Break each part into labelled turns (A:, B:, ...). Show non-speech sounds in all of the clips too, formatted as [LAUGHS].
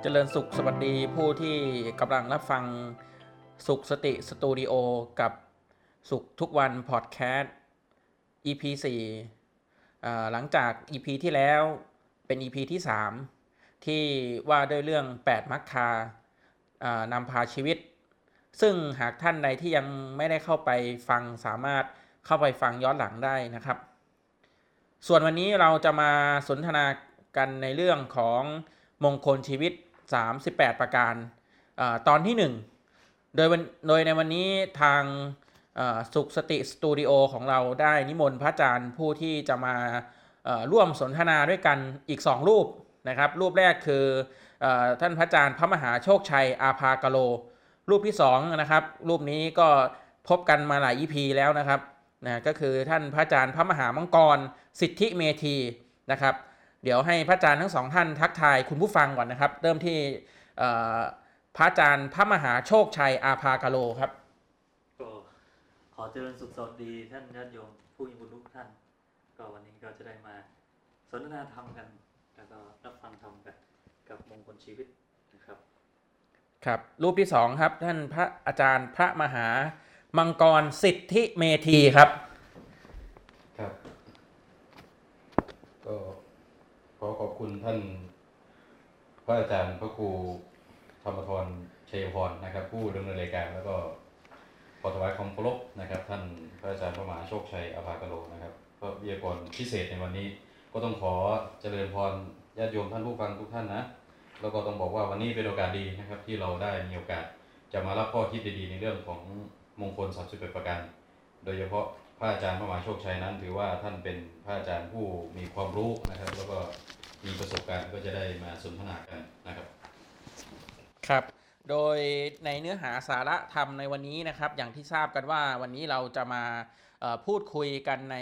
A: เจริญสุขสวัสดีผู้ที่กำลังรับฟังสุขสติสตูดิโอกับสุขทุกวันพอดแคสต์ EP 4เอ่อหลังจาก EP ที่แล้วเป็น EP ที่ 3 ที่ว่าด้วยเรื่อง 8 มัคคาเอ่อนำพาชีวิต ซึ่งหากท่านใดที่ยังไม่ได้เข้าไปฟังสามารถเข้าไปฟังย้อนหลังได้นะครับ ส่วนวันนี้เราจะมาสนทนากันในเรื่องของมงคลชีวิต 38 ประการเออตอนที่ 1 โดยวันโดยในวันนี้ทางเอ่อสุขสติสตูดิโอของเราได้นิมนต์พระอาจารย์ผู้ที่จะมาเอ่อร่วมสนทนาด้วยกันอีก 2 รูปนะครับ รูปแรกคือเออท่านพระอาจารย์พระมหาโชคชัยอาภากโล รูปที่2นะครับรูปนี้ก็พบกันมาหลาย EP แล้วนะครับ นะก็คือท่านพระอาจารย์พระมหามังกรสิทธิเมธีนะครับ เดี๋ยวให้พระอาจารย์ทั้งสองท่านทักทายคุณผู้ฟังก่อนนะครับ เริ่มที่เอ่อพระอาจารย์พระมหาโชคชัยอาภากโลครับ
B: ก็ขอเจริญสุขสวัสดีท่านญาติโยมผู้มีบุญทุกท่าน ก็วันนี้ก็จะได้มาสนทนาธรรมกัน แล้วก็รับฟังธรรมกันกับมงคลชีวิตนะครับ
A: ครับ รูปที่สองครับ ท่านพระอาจารย์พระมหามังกรสิทธิเมธีครับ
C: ครับ ก็ขอขอบคุณท่าน พระอาจารย์พระครูธรรมทรชัยพรนะครับ ผู้ดำเนินรายการ แล้วก็ขอถวายความเคารพนะครับ ท่านพระอาจารย์พระมหาโชคชัยอภากโลนะครับพระวิทยากรพิเศษในวันนี้ ก็ต้องขอเจริญพรญาติโยมท่านผู้ฟังทุกท่านนะ แล้วก็ต้องบอกว่าวันนี้เป็นโอกาสดีนะครับ ที่เราได้มีโอกาสจะมารับข้อคิดดีๆในเรื่องของมงคล31ประการ โดยเฉพาะพระอาจารย์พระมหาโชคชัยนั้น ถือว่าท่านเป็นพระอาจารย์ผู้มีความรู้นะครับ แล้วก็มีประสบการณ์ก็จะได้มาสนทนากันนะครับ
A: ครับ โดยในเนื้อหาสาระธรรมในวันนี้นะครับ อย่างที่ทราบกันว่าวันนี้เราจะมาเอ่อพูดคุยกันใน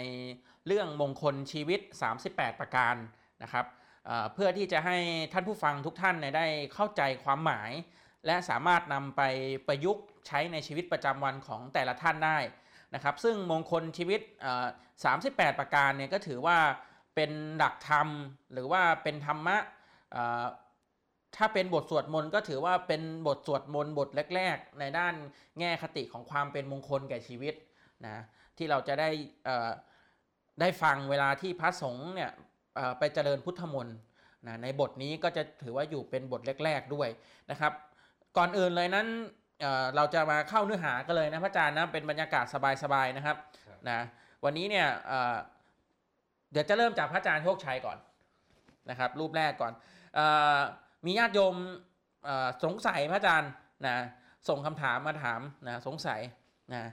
A: เรื่องมงคลชีวิต 38 ประการนะครับเอ่อเพื่อที่จะให้ท่านผู้ฟังทุกท่านเนี่ยได้เข้าใจความหมาย และสามารถนำไปประยุกต์ใช้ในชีวิตประจำวันของแต่ละท่านได้นะครับ ซึ่งมงคลชีวิตเอ่อ38 ประการเนี่ยก็ถือว่าเป็นหลักธรรม หรือว่าเป็นธรรมะ เอ่อถ้าเป็นบทสวดมนต์ก็ถือว่าเป็นบทสวดมนต์บทแรก ๆ ในด้านแง่คติของความเป็นมงคลแก่ชีวิตนะที่เราจะได้เอ่อได้ฟังเวลาที่พระสงฆ์เนี่ยเอ่อไปเจริญพุทธมนต์นะในบทนี้ก็จะถือว่าอยู่เป็นบทแรก ๆด้วยนะครับ ก่อนอื่นเลยนั้นเอ่อเราจะมาเข้าเนื้อหากันเลยนะพระอาจารย์นะเป็นบรรยากาศสบายๆนะครับ
C: ครับ
A: นะวันนี้เนี่ยเอ่อเดี๋ยวจะเริ่มจากพระอาจารย์โชคชัยก่อนนะครับ รูปแรกก่อน เอ่อมีญาติโยมเอ่อสงสัยพระอาจารย์นะส่งคำถามมาถามนะสงสัยนะ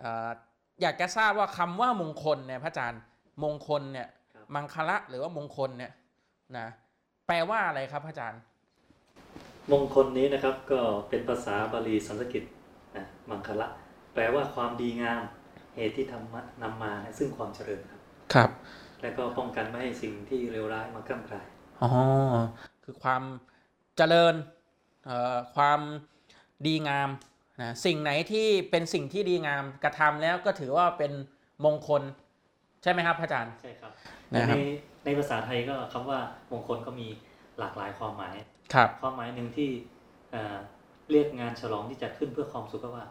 A: เอ่ออยากจะทราบว่าคำว่ามงคลเนี่ยพระอาจารย์มงคลเนี่ย
B: ครับ
A: มังคละหรือว่ามงคลเนี่ยนะแปลว่าอะไรครับพระอาจารย์
B: มงคลนี้นะครับก็เป็นภาษาบาลีสันสกฤตนะมังคละ แปลว่าความดีงามเหตุที่ทำมานำมาซึ่งความเจริญครับ
A: ครับ
B: และก็ป้องกันไม่ให้สิ่งที่เลวร้ายมาก้ำกลาย
A: อ๋อคือความเจริญเอ่อความดีงามนะสิ่งไหนที่เป็นสิ่งที่ดีงามกระทำแล้วก็ถือว่าเป็นมงคลใช่ไหมครับพระอาจารย์
B: ใช่ครับ
A: นะค
B: ใน
A: รับ
B: ในภาษาไทยก็คำว่ามงคลก็มีหลากหลายความหมาย
A: ครับ
B: ความหมายหนึ่งที่เอ่อเรียกงานฉลองที่จัดขึ้นเพื่อความสุขก็ว่า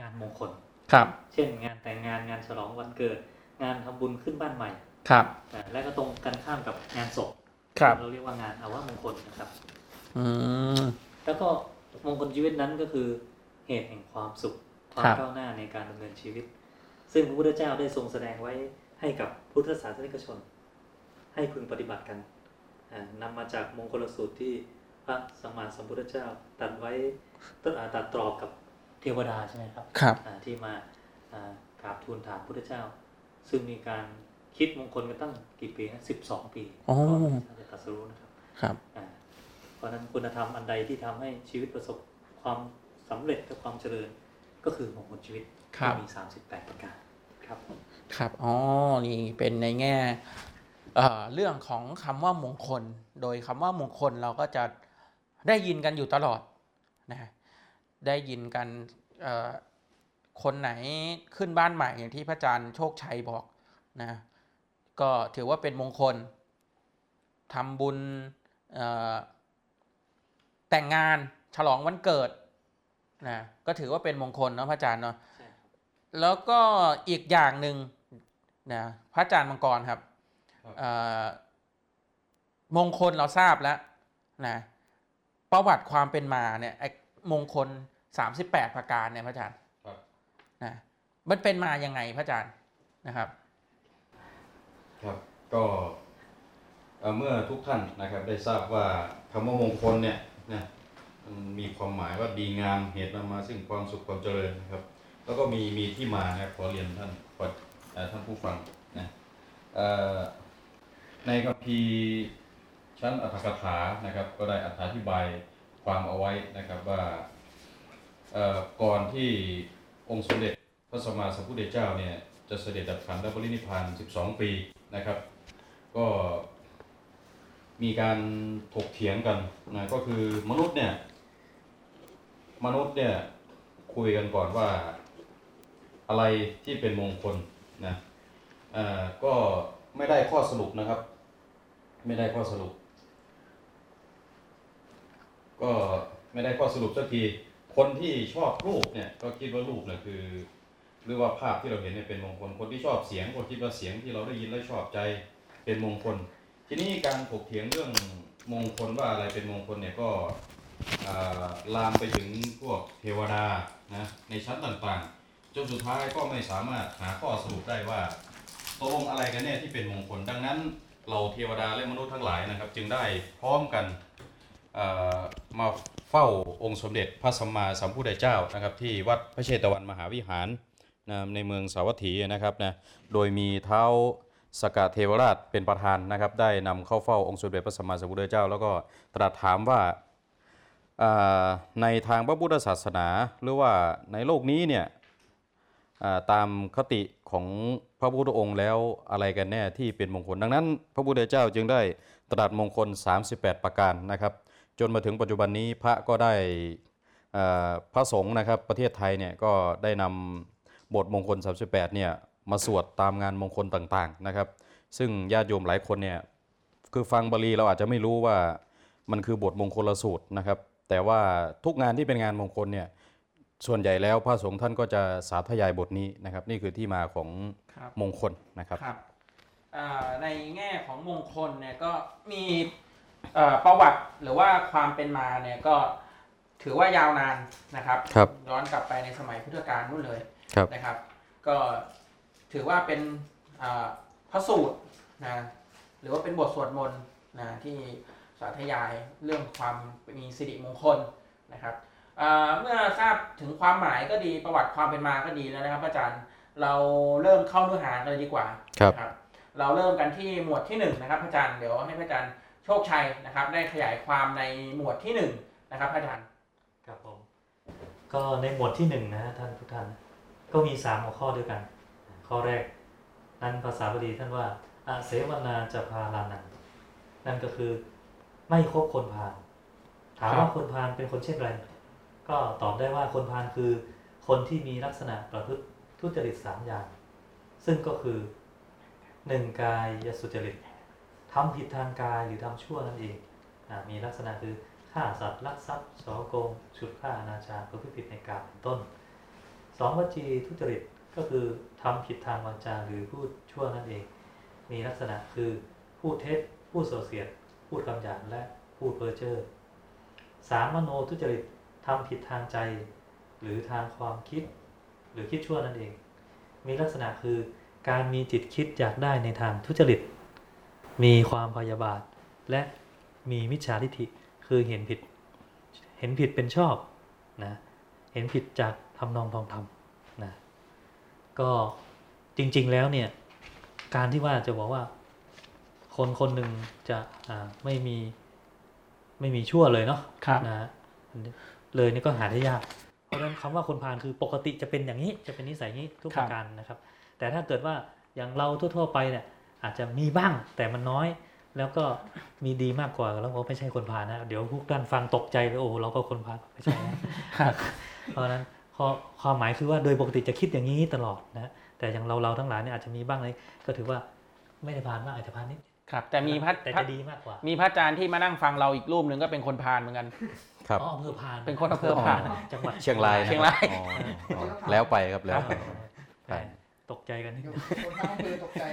B: งานมงคล
A: ครับ
B: เช่น งานแต่งงานงานฉลองวันเกิด งานทำบุญขึ้นบ้านใหม่
A: ครับ
B: อ่าและก็ตรงกันข้ามกับงานศพ
A: ครับ
B: เราเรียกว่างานอาวะมงคลนะครับ
A: อืม
B: แล้วก็มงคลชีวิตนั้นก็คือเหตุแห่งความสุขความ
A: ครับ
B: ก้าวหน้าในการดำเนินชีวิต ซึ่งพระพุทธเจ้าได้ทรงแสดงไว้ให้กับพุทธศาสนิกชน ให้พึงปฏิบัติกันอ่านำมาจากมงคลสูตรที่พระสัมมาสัมพุทธเจ้าตรัดไว้ตรัสอ่าตรัดตรอบกับเทวดาใช่ไหมครับ
A: ครับ
B: อ่าที่มาอ่ากราบทูลถามพุทธเจ้า ซึ่งมีการคิดมงคลกันตั้งกี่ปีนะสิบสองปี
A: อ๋อ
B: ก่อนที่จะตรัสรู้นะครับ
A: ครับ
B: อ่าเพราะฉะนั้นคุณธรรมอันใดที่ทำให้ชีวิตประสบความสำเร็จและความเจริญ ก็คือมงคลชีวิต
A: ครับ
B: ที่มี 38 ประการครับ
A: ครับ อ๋อ นี่เป็นในแง่เอ่อเรื่องของคำว่ามงคล โดยคำว่ามงคลเราก็จะได้ยินกันอยู่ตลอดนะได้ยินกันเอ่อคนไหนขึ้นบ้านใหม่อย่างที่พระอาจารย์โชคชัยบอกนะก็ถือว่าเป็นมงคลทำบุญเอ่อ แต่งงานฉลองวันเกิดนะก็ถือว่าเป็นมงคลเนาะพระอาจารย์เนาะ
B: ใช่ครับ
A: แล้วก็อีกอย่างหนึ่งนะพระอาจารย์มังกรครับ
C: ครับ
A: เอ่อมงคลเราทราบแล้วนะประวัติความเป็นมาเนี่ยไอ้มงคล 38 ประการเนี่ยพระอาจารย์
C: ครับ
A: นะมันเป็นมายังไงพระอาจารย์นะครับ
C: ครับก็เอ่อเมื่อทุกท่านนะครับได้ทราบว่าคำว่ามงคลเนี่ยนะมันมีความหมายว่าดีงามเหตุนำมาซึ่งความสุขความเจริญนะครับ แล้วก็มีมีที่มานะครับขอเรียนท่านขอเอ่อท่านผู้ฟังนะเอ่อในคัมภีร์ชั้นอัตถกถานะครับ ก็ได้อธิบายความเอาไว้นะครับว่าเอ่อก่อนที่องค์สมเด็จพระสัมมาสัมพุทธเจ้าเนี่ยจะเสด็จดับขันธและปรินิพพาน 12 ปีนะครับ ก็มีการถกเถียงกันนะก็คือมนุษย์เนี่ยมนุษย์เนี่ยคุยกันก่อนว่า อะไรที่เป็นมงคลนะเอ่อก็ไม่ได้ข้อสรุปนะครับ ไม่ได้ข้อสรุป ก็ไม่ได้ข้อสรุปสักที คนที่ชอบรูปเนี่ยก็คิดว่ารูปเนี่ยคือ หรือว่าภาพที่เราเห็นเนี่ยเป็นมงคล คนที่ชอบเสียงก็คิดว่าเสียงที่เราได้ยินแล้วชอบใจเป็นมงคล ทีนี้การถกเถียงเรื่องมงคลว่าอะไรเป็นมงคลเนี่ยก็อ่าลามไปถึงพวกเทวดานะในชั้นต่างๆ จนสุดท้ายก็ไม่สามารถหาข้อสรุปได้ว่าตกลงอะไรกันแน่ที่เป็นมงคล ดังนั้นเราเทวดาและมนุษย์ทั้งหลายนะครับ จึงได้พร้อมกันอ่ามาเฝ้าองค์สมเด็จพระสัมมาสัมพุทธเจ้านะครับ ที่วัดพระเชตวันมหาวิหาร นะในเมืองสาวัตถีนะครับนะ โดยมีเท้าสกเทวราชเป็นประธานนะครับ ได้นำเข้าเฝ้าองค์สมเด็จพระสัมมาสัมพุทธเจ้า แล้วก็ตรัสถามว่าอ่าในทางพระพุทธศาสนาหรือว่าในโลกนี้เนี่ยอ่าตามคติของพระพุทธองค์แล้วอะไรกันแน่ที่เป็นมงคล ดังนั้น พระพุทธเจ้าจึงได้ตรัสมงคล 38 ประการนะครับ จนมาถึงปัจจุบันนี้พระก็ได้อ่าพระสงฆ์นะครับประเทศไทยเนี่ยก็ได้นำ บทมงคล 38 เนี่ยมาสวดตามงานมงคลต่างๆนะครับ ซึ่งญาติโยมหลายคนเนี่ยคือฟังบาลีเราอาจจะไม่รู้ว่ามันคือบทมงคลสูตรนะครับ แต่ว่าทุกงานที่เป็นงานมงคลเนี่ยส่วนใหญ่แล้วพระสงฆ์ท่านก็จะสาธยายบทนี้นะครับ นี่คือที่มาของ
A: ครับ
C: มงคลนะครับ
A: ครับเอ่อในแง่ของมงคลเนี่ยก็มีเอ่อประวัติหรือว่าความเป็นมาเนี่ยก็ถือว่ายาวนานนะครับ
C: ครับ
A: ย้อนกลับไปในสมัยพุทธกาลนู่นเลย
C: ครับ
A: นะครับ ก็ถือว่าเป็นเอ่อพระสูตรนะหรือว่าเป็นบทสวดมนต์นะที่สาธยายเรื่องความมีสิริมงคลนะครับเอ่อเมื่อทราบถึงความหมายก็ดีประวัติความเป็นมาก็ดีแล้วนะครับอาจารย์ เราเริ่มเข้าเนื้อหากันเลยดีกว่า
C: ครับ
A: นะเราเริ่มกันที่หมวดที่หนึ่งนะครับพระอาจารย์เดี๋ยวให้พระอาจารย์โชคชัยนะครับ ได้ขยายความในหมวดที่หนึ่งนะครับพระอาจารย์
B: ครับผมก็ในหมวดที่หนึ่งนะฮะท่านผู้ท่านก็มีสามหัวข้อด้วยกัน ข้อแรก นั้นภาษาบาลีท่านว่าอาเสวนาจะพาลานังนั่นก็คือไม่คบคนพาลถามว่าคนพาลเป็นคนเช่นไร ก็ตอบได้ว่าคนพาลคือ คนที่มีลักษณะประพฤติทุจริตสามอย่าง ซึ่งก็คือหนึ่งกายสุจริตทำผิดทางกายหรือทำชั่วนั่นเอง อ่ามีลักษณะคือฆ่าสัตว์ลักทรัพย์ฉอโกงฉุดฆ่าอนาจารประพฤติผิดในกามเป็นต้นสองวจีทุจริตก็คือทำผิดทางวาจาหรือพูดชั่วนั่นเอง มีลักษณะคือพูดเท็จพูดส่อเสียด พูดคำหยาบและพูดเพ้อเจ้อสามมโนทุจริตทำผิดทางใจ หรือทางความคิด หรือคิดชั่วนั่นเอง มีลักษณะคือการมีจิตคิดอยากได้ในทางทุจริต มีความพยาบาท และมีมิจฉาทิฏฐิคือเห็นผิด เห็นผิดเป็นชอบนะเห็นผิดจากทำนองทองธรรมนะก็จริงๆแล้วเนี่ยการที่ว่าจะบอกว่า คนคนหนึ่งจะอ่าไม่มีไม่มีชั่วเลยเนาะ
A: ครับ
B: นะเลยนี่ก็หาได้ยาก เพราะฉะนั้นคำว่าคนพาลคือปกติจะเป็นอย่างนี้จะเป็นนิสัยนี้ทุก
A: ค
B: ป
A: รับ
B: ระการนะครับ แต่ถ้าเกิดว่าอย่างเราทั่วๆไปเนี่ยอาจจะมีบ้างแต่มันน้อย แล้วก็มีดีมากกว่าแล้วก็ไม่ใช่คนพาลนะเดี๋ยวพวกท่านฟังตกใจเลยโอ้โหเราก็คนพาลไม่ใช่นะเพราะฉะนั้นข้อความหมายคือว่าโดยปกติจะคิดอย่างนี้ตลอดนะแต่อย่างเราเราๆทั้งหลายเนี่ยอาจจะมีบ้างเลยก็ถือว่าไม่ได้พาลมากอาจจะพาลนิด
A: ครับ แต่มีพระ
B: แต่
A: พระ
B: จะดีมากกว่า
A: มีพระอาจารย์ที่มานั่งฟังเราอีกรูปหนึ่งก็เป็นคนพานเหมือนกัน
C: ครับ
B: อ๋ออำเภอพาน
A: เป็นคนอำเภอพาน
B: จังหวัด
C: เชียงรายนะ
A: เชียงราย
C: อ๋ออ๋อแล้วไปครับแล้วไป
B: ใช่ตกใจกันนิด
D: เดี๋ยว
B: นึง
D: คนทั้งอำเภอตกใจ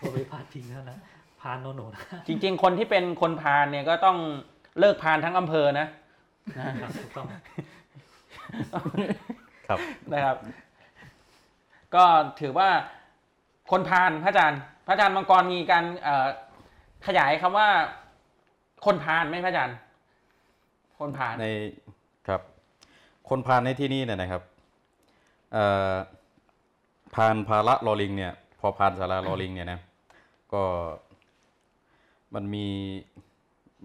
B: ผมไปพาดพิงแล้วนะพานโนโนนะ
A: จริง ๆ คนที่เป็นคนพานเนี่ยก็ต้องเลิกพานทั้งอำเภอนะ [LAUGHS]
B: ครับถูกต้อง
C: ครับ
A: นะครับ ก็ถือว่าคนพานพระอาจารย์ พระอาจารย์มังกรมีการเอ่อขยายคำว่า คนพานไหมพระอาจารย์ คนพาน
C: ในครับ คนพานในที่นี่เนี่ยนะครับเอ่อพานภาระลอลิงเนี่ย พอพานสาราลอลิงเนี่ยนะก็มันมี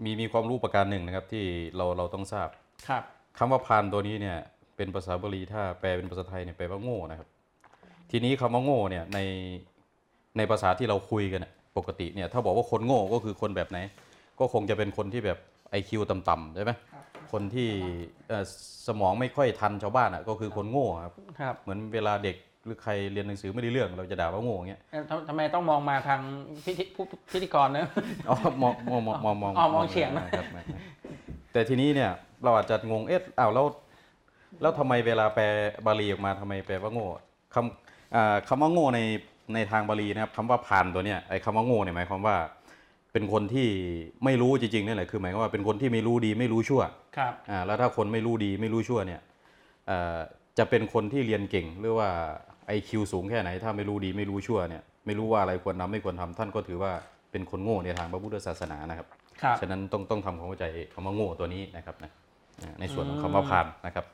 C: มีมีความรู้ประการหนึ่งนะครับ ที่เราเราต้องทราบ
A: ครับ
C: คำว่าพานตัวนี้เนี่ย เป็นภาษาบาลีถ้าแปลเป็นภาษาไทยเนี่ยแปลว่าโง่นะครับ ทีนี้คำว่าโง่เนี่ยในในภาษาที่เราคุยกันเนี่ยปกติเนี่ย ถ้าบอกว่าคนโง่ก็คือคนแบบไหน ก็คงจะเป็นคนที่แบบ IQ ต่ำๆใช่ไหม คนที่เอ่อสมองไม่ค่อยทันชาวบ้านอ่ะก็คือคนโง่ครับ
A: ครับ
C: เหมือนเวลาเด็กหรือใครเรียนหนังสือไม่ได้เรื่อง เราจะด่าว่าโง่อย่างเงี้ย
A: เอ่อทำทำไมต้องมองมาทางพิธีผู้พิธีกรนะ
C: อ๋อมองมองมองมองมอง
A: อ๋อมองเฉียงนะ
C: ครับไม่ไม่แต่ทีนี้เนี่ยเราอาจจะงงเอ๊ะอ้าวแล้วแล้วทำไมเวลาแปลบาลีออกมาทำไมแปลว่าโง่คำอ่าคำว่าโง่ในในทางบาลีนะครับคำว่าผ่านตัวเนี้ยไอ้คำว่าโง่เนี่ยหมายความว่า เป็นคนที่ไม่รู้จริงๆนี่แหละคือหมายความว่าเป็นคนที่ไม่รู้ดีไม่รู้ชั่ว
A: ครับ
C: อ่าแล้วถ้าคนไม่รู้ดีไม่รู้ชั่วเนี่ยเอ่อจะเป็นคนที่เรียนเก่งหรือว่า IQ สูงแค่ไหน ถ้าไม่รู้ดีไม่รู้ชั่วเนี่ยไม่รู้ว่าอะไรควรทำไม่ควรทำท่านก็ถือว่าเป็นคนโง่ในทางพระพุทธศาสนานะครับ
A: ครับ
C: ฉะนั้นต้องต้องทำความเข้าใจคำว่าโง่ตัวนี้นะครับนะอ่าในส่วนของคำว่าพานนะครับ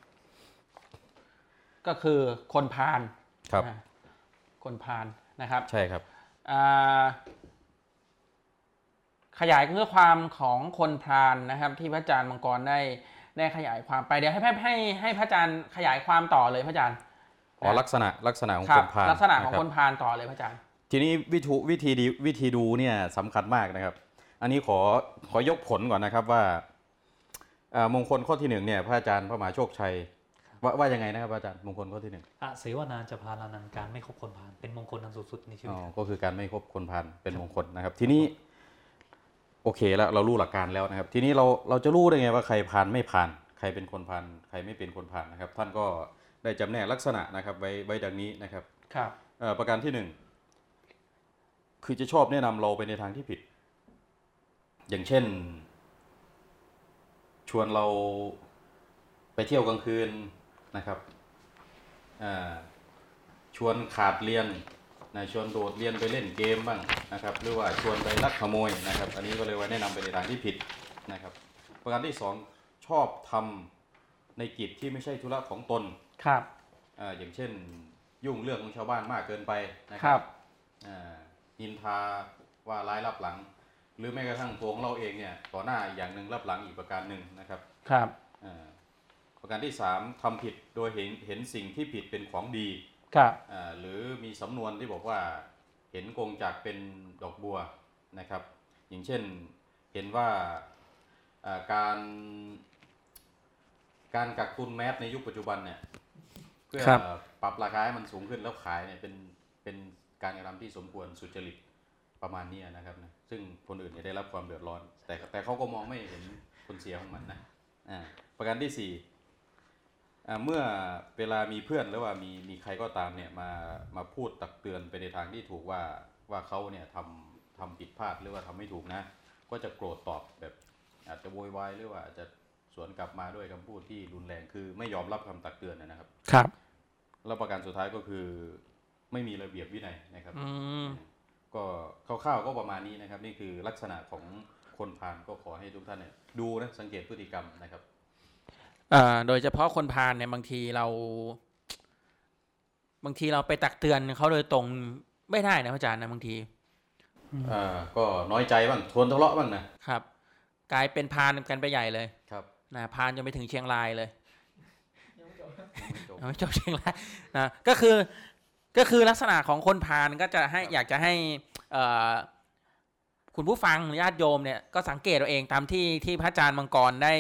A: ก็คือคนพาน
C: ครับ
A: อ่าคนพานนะครับ
C: ใช่ครับ
A: อ่าขยายเนื้อความของคนพรานนะครับ ที่พระอาจารย์มังกรได้ได้ขยายความไปเดี๋ยวให้ให้ให้ให้พระอาจารย์ขยายความต่อเลยพระอาจารย์
C: อ๋อลักษณะลักษณะของ
A: ครั
C: ค
A: บ
C: นพาน
A: ลักษณะของ
C: รับ
A: คนพรานต่อเลยพระอาจารย์
C: ทีนี้วิธีวิธีดีวิธีดูเนี่ยสำคัญมากนะครับ อันนี้ขอขอยกผลก่อนนะครับว่าเอ่อมงคลข้อที่หนึ่งเนี่ยพระอาจารย์พระมหาโชคชัย ว่าว่ายังไงนะครับพระอาจารย์มงคลข้อที่หนึ่ง
B: อะเสวนาจะพาลานันการไม่คบคนพานเป็นมงคลอันสูงสุดในชีวิ
C: อ๋
B: ต
C: อ
B: ครับ
C: ก็คือการไม่คบคนพันเป็นมงคลนะครับ ทีนี้โอเคแล้วเรารู้หลักการแล้วนะครับ ทีนี้เราเราจะรู้ได้ไงว่าใครพานไม่พาน ใครเป็นคนพานใครไม่เป็นคนพานนะครับ ท่านก็ได้จำแนกลักษณะนะครับไว้ไว้ดังนี้นะครับ
A: ครับ
C: เอ่อประการที่หนึ่งคือจะชอบแนะนำเราไปในทางที่ผิด อย่างเช่น ชวนเราไปเที่ยวกลางคืนนะครับอ่าชวนขาดเรียนนะชวนโดดเรียนไปเล่นเกมบ้างนะครับ หรือว่าชวนไปลักขโมยนะครับ อันนี้ก็เลยว่าแนะนำไปในทางที่ผิดนะครับ ประการที่สองชอบทำในกิจที่ไม่ใช่ธุระของตน
A: ครับ
C: เอ่ออย่างเช่นยุ่งเรื่องของชาวบ้านมากเกินไปนะ
A: ค
C: ค
A: รั
C: รับ บเอ่อนินทาว่าร้ายรับหลัง หรือแม้กระทั่งตัวของเราเองเนี่ยต่อหน้าอย่างหนึ่งรับหลังอีกประการหนึ่งนะครับ
A: ครับ
C: เอ่อประการที่สามทำผิดโดยเห็นเห็นสิ่งที่ผิดเป็นของดี
A: ครับ
C: เอ่อหรือมีสำนวนที่บอกว่าเห็นกงจากเป็นดอกบัวนะครับ อย่างเช่นเห็นว่าเอ่อการการกักตุนแมสในยุคปัจจุบันเนี่ย เพื่อ
A: ครับ
C: ปรับราคาให้มันสูงขึ้นแล้วขายเนี่ยเป็นเป็นการกระทำที่สมควรสุจริตประมาณเนี้ยนะครับนะซึ่งคนอื่นเนี่ยได้รับความเดือดร้อน แต่แต่เขาก็มองไม่เห็นคนเสียของมันนะอ่าประการที่สี่อ่าเมื่อเวลามีเพื่อนหรือว่ามีมีใครก็ตามเนี่ยมามาพูดตักเตือนไปในทางที่ถูกว่าว่าเขาเนี่ยทำทำผิดพลาดหรือว่าทำไม่ถูกนะ ก็จะโกรธตอบแบบ อาจจะโวยวายหรือว่าอาจจะสวนกลับมาด้วยคำพูดที่รุนแรงคือไม่ยอมรับคำตักเตือนนะครับ
A: ครับ
C: แล้วประการสุดท้ายก็คือไม่มีระเบียบวินัยนะครับ
A: อืม
C: ก็คร่าวๆก็ประมาณนี้นะครับ นี่คือลักษณะของคนพานก็ขอให้ทุกท่านเนี่ยดูนะสังเกตพฤติกรรมนะครับ
A: เอ่อโดยเฉพาะคนพาลเนี่ยบางทีเรา บางทีเราไปตักเตือนเขาโดยตรงไม่ได้นะพระอาจารย์นะบางที
C: อ่าก็น้อยใจบ้างทวนทะเลาะบ้างนะครับ
A: กลายเป็นพานกันไปใหญ่เลย
C: ครับ
A: นะพานจนไปถึงเชียงรายเลย
C: ไม่จบ
A: เอาไม่จบเชียงรายนะก็คือก็คือลักษณะของคนพาลก็จะให้
C: ครับ
A: อยากจะให้เอ่อคุณผู้ฟังหรือญาติโยมเนี่ยก็สังเกตเอาเองตามที่ที่พระอาจารย์มังกรได้